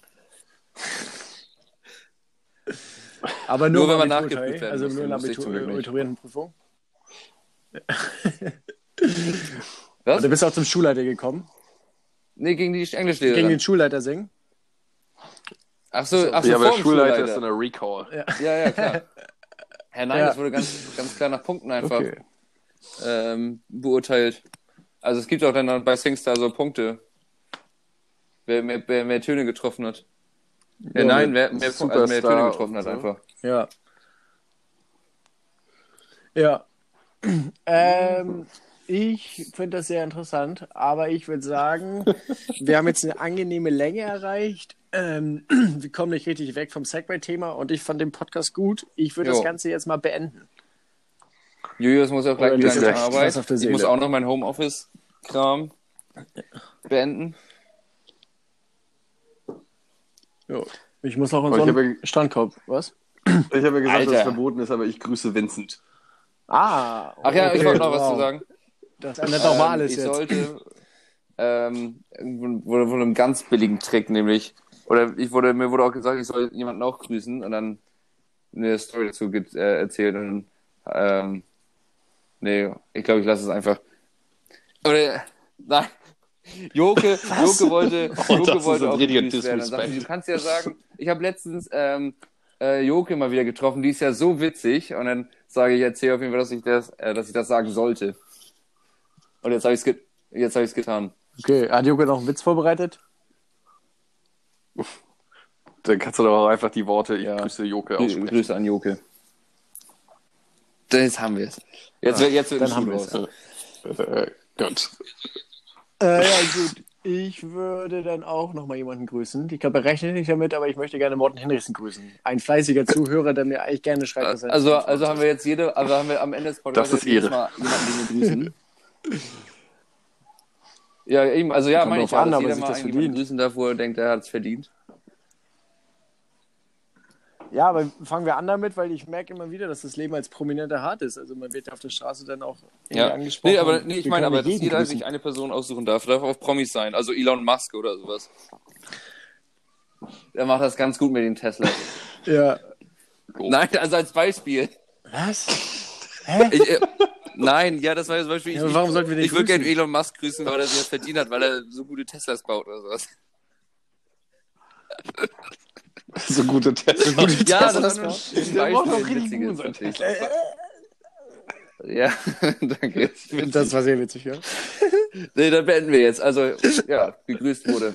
Speaker 2: Aber
Speaker 1: nur
Speaker 2: nur,
Speaker 1: wenn
Speaker 2: im
Speaker 1: man
Speaker 2: Abiturteil,
Speaker 1: nachgeprüft werden
Speaker 2: Also
Speaker 1: muss,
Speaker 2: nur in der
Speaker 1: dann wusste ich zum Glück nicht.
Speaker 2: Abiturprüfung.
Speaker 1: Was?
Speaker 2: Und du Also bist auch zum Schulleiter gekommen.
Speaker 1: Nee, gegen die
Speaker 2: Gegen
Speaker 1: Englischlehrerin.
Speaker 2: den Schulleiter singen.
Speaker 1: Ach so, ach so, ja,
Speaker 3: ja, aber der
Speaker 1: vor dem Schulleiter.
Speaker 3: Schulleiter ist in der Recall.
Speaker 1: Ja, ja, klar. Herr Nein,
Speaker 2: Ja.
Speaker 1: das wurde ganz, ganz klar nach Punkten einfach ähm, beurteilt. Also es gibt auch dann bei Singstar so Punkte. Wer mehr, wer mehr Töne getroffen hat. Ja,
Speaker 3: Ja,
Speaker 1: nein,
Speaker 3: mit
Speaker 1: wer mehr, also mehr
Speaker 3: Superstar
Speaker 1: Töne getroffen
Speaker 3: und
Speaker 1: hat
Speaker 3: so.
Speaker 1: einfach.
Speaker 2: Ja. Ja. Ähm, ich finde das sehr interessant, aber ich würde sagen, wir haben jetzt eine angenehme Länge erreicht. Ähm, wir kommen nicht richtig weg vom Segway-Thema und ich fand den Podcast gut. Ich würde
Speaker 1: Jo.
Speaker 2: das Ganze jetzt mal beenden.
Speaker 1: Julius muss auch gleich
Speaker 2: Oder
Speaker 1: wieder
Speaker 2: liegt
Speaker 1: an
Speaker 2: dir
Speaker 1: die
Speaker 2: was auf
Speaker 1: Arbeit.
Speaker 2: der
Speaker 1: Ich
Speaker 2: Seele?
Speaker 1: muss auch noch mein Homeoffice-Kram beenden.
Speaker 2: Jo. Ich muss noch in
Speaker 3: Aber
Speaker 2: so
Speaker 3: ich
Speaker 2: einen
Speaker 3: habe-
Speaker 2: Strandkorb. Was?
Speaker 3: Ich habe ja gesagt, dass es
Speaker 1: Alter.
Speaker 3: verboten ist, aber ich grüße Vincent.
Speaker 2: Ah.
Speaker 1: Ach ja, ich
Speaker 2: okay.
Speaker 1: wollte noch was
Speaker 2: Wow.
Speaker 1: zu sagen.
Speaker 2: Das ändert doch mal
Speaker 1: Ähm,
Speaker 2: alles
Speaker 1: ich
Speaker 2: jetzt.
Speaker 1: sollte ähm, irgendwo- wurde von einem ganz billigen Trick nämlich oder ich wurde mir wurde auch gesagt, ich soll jemanden auch grüßen und dann eine Story dazu ge- äh, erzählt und ähm, nee, ich glaube, ich lasse es einfach. Oder nein. Joke, Joke wollte,
Speaker 3: das
Speaker 1: Joke
Speaker 3: ist
Speaker 1: wollte
Speaker 3: ein
Speaker 1: auch
Speaker 3: richtiger
Speaker 1: gegrüßt werden. Dann sagte sie,
Speaker 3: Disrespect.
Speaker 1: du kannst ja sagen, ich habe letztens ähm, äh, Joke mal wieder getroffen, die ist ja so witzig und dann sage ich, erzähle auf jeden Fall, dass ich das, äh, dass ich das sagen sollte. Und jetzt habe ich es ge jetzt habe ich es getan.
Speaker 2: Okay, hat Joko noch einen Witz vorbereitet?
Speaker 3: Dann kannst du doch auch einfach die Worte Ich grüße Joke
Speaker 1: Grü-
Speaker 3: aussprechen.
Speaker 1: Grüße an Joke. Das haben wir es. Jetzt, wird- jetzt wird
Speaker 2: dann
Speaker 1: ein
Speaker 2: haben
Speaker 1: Schuh
Speaker 2: wir's.
Speaker 1: raus.
Speaker 3: Äh, Gott.
Speaker 2: Äh, ja, gut. Ich würde dann auch nochmal jemanden grüßen. Ich glaube, er rechnet nicht damit, aber ich möchte gerne Morten Henrichsen grüßen. Ein fleißiger Zuhörer, der mir eigentlich gerne schreibt, dass er.
Speaker 1: Also, also haben wir jetzt jede, also haben wir am Ende des Podcasts
Speaker 3: Das ist
Speaker 1: jedes
Speaker 3: Ehre.
Speaker 1: Mal jemanden, den wir grüßen. Ja, eben, also ja,
Speaker 2: Kommt
Speaker 1: meine
Speaker 2: drauf
Speaker 1: ich ja,
Speaker 2: an,
Speaker 1: dass
Speaker 2: aber
Speaker 1: jeder
Speaker 2: sich
Speaker 1: mal
Speaker 2: das
Speaker 1: einen jemanden
Speaker 2: verdient.
Speaker 1: grüßen darf, wo er denkt, er hat es verdient.
Speaker 2: ja, aber fangen wir an damit, weil ich merke immer wieder, dass das Leben als Prominenter hart ist. Also, man wird auf der Straße dann auch irgendwie
Speaker 1: Ja,
Speaker 2: angesprochen.
Speaker 1: nee, aber nee, ich
Speaker 2: Wir
Speaker 1: meine,
Speaker 2: können
Speaker 1: aber dass
Speaker 2: jeden
Speaker 1: jeder
Speaker 2: grüßen.
Speaker 1: sich eine Person aussuchen darf, darf auch Promis sein, also Elon Musk oder sowas. Der macht das ganz gut mit den Tesla.
Speaker 2: Ja.
Speaker 1: Nein, also als Beispiel.
Speaker 2: Was?
Speaker 1: Ich, äh, nein, ja, das war jetzt zum Beispiel. Ich,
Speaker 2: Ja, aber warum sollten wir den
Speaker 1: Ich würde gerne
Speaker 2: grüßen?
Speaker 1: Elon Musk grüßen, weil er sich das verdient hat, weil er so gute Teslas baut oder sowas.
Speaker 3: So gute Tests. So gute
Speaker 1: Ja,
Speaker 3: Tests.
Speaker 1: das, war nur ein
Speaker 3: Der braucht
Speaker 1: Beispiel,
Speaker 3: auch
Speaker 1: ein
Speaker 3: richtig
Speaker 1: witziges
Speaker 3: gut sein.
Speaker 1: natürlich. Ja, danke.
Speaker 2: Das war sehr witzig, ja.
Speaker 1: Nee, dann beenden wir jetzt. Also, ja, gegrüßt wurde.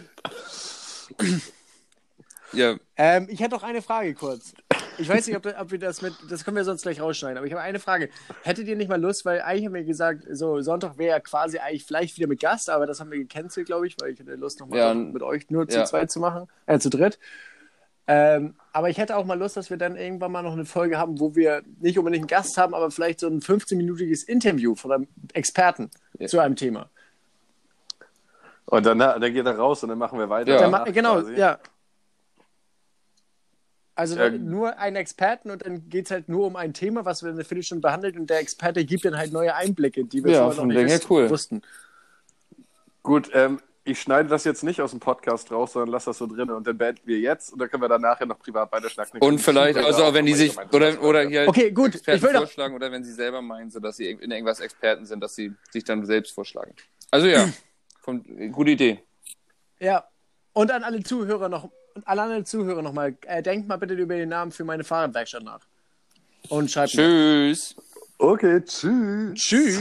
Speaker 1: Ja,
Speaker 2: Ähm, ich hätte noch eine Frage kurz. Ich weiß nicht, ob, ob wir das mit. Das können wir sonst gleich rausschneiden, aber ich habe eine Frage. Hättet ihr nicht mal Lust, weil eigentlich haben wir gesagt, so Sonntag wäre ja quasi eigentlich vielleicht wieder mit Gast, aber das haben wir gecancelt, glaube ich, weil ich hätte Lust, nochmal
Speaker 1: Ja,
Speaker 2: auch mit euch nur zu
Speaker 1: ja.
Speaker 2: zweit zu machen, äh, zu dritt. Ähm, aber ich hätte auch mal Lust, dass wir dann irgendwann mal noch eine Folge haben, wo wir nicht unbedingt einen Gast haben, aber vielleicht so ein 15-minütiges Interview von einem Experten zu einem Thema.
Speaker 3: Und dann, dann geht er raus und dann machen wir weiter.
Speaker 1: Ja.
Speaker 2: Dann ma-
Speaker 3: Danach
Speaker 2: genau,
Speaker 3: quasi.
Speaker 2: ja. Also
Speaker 3: Ja.
Speaker 2: dann nur einen Experten und dann geht es halt nur um ein Thema, was wir in der Viertelstunde behandelt und der Experte gibt dann halt neue Einblicke, die wir
Speaker 1: Ja,
Speaker 2: vorher noch
Speaker 1: von
Speaker 2: nicht
Speaker 1: dem her
Speaker 2: wus-
Speaker 1: cool.
Speaker 2: wussten.
Speaker 3: Gut, ähm, ich schneide das jetzt nicht aus dem Podcast raus, sondern lass das so drin und dann beenden wir jetzt und dann können wir dann nachher noch privat beide schnacken.
Speaker 1: und vielleicht, also auch wenn die sich, oder, oder hier halt
Speaker 2: Okay, gut,
Speaker 1: Experten
Speaker 2: ich will doch.
Speaker 1: vorschlagen, oder wenn sie selber meinen, so dass sie in irgendwas Experten sind, dass sie sich dann selbst vorschlagen. Also ja, von, gute Idee.
Speaker 2: Ja. Und an alle Zuhörer noch, und alle anderen Zuhörer nochmal, äh, denkt mal bitte über den Namen für meine Fahrradwerkstatt nach. Und schreibt mir.
Speaker 1: Tschüss.
Speaker 3: Okay, tschüss.
Speaker 2: Tschüss.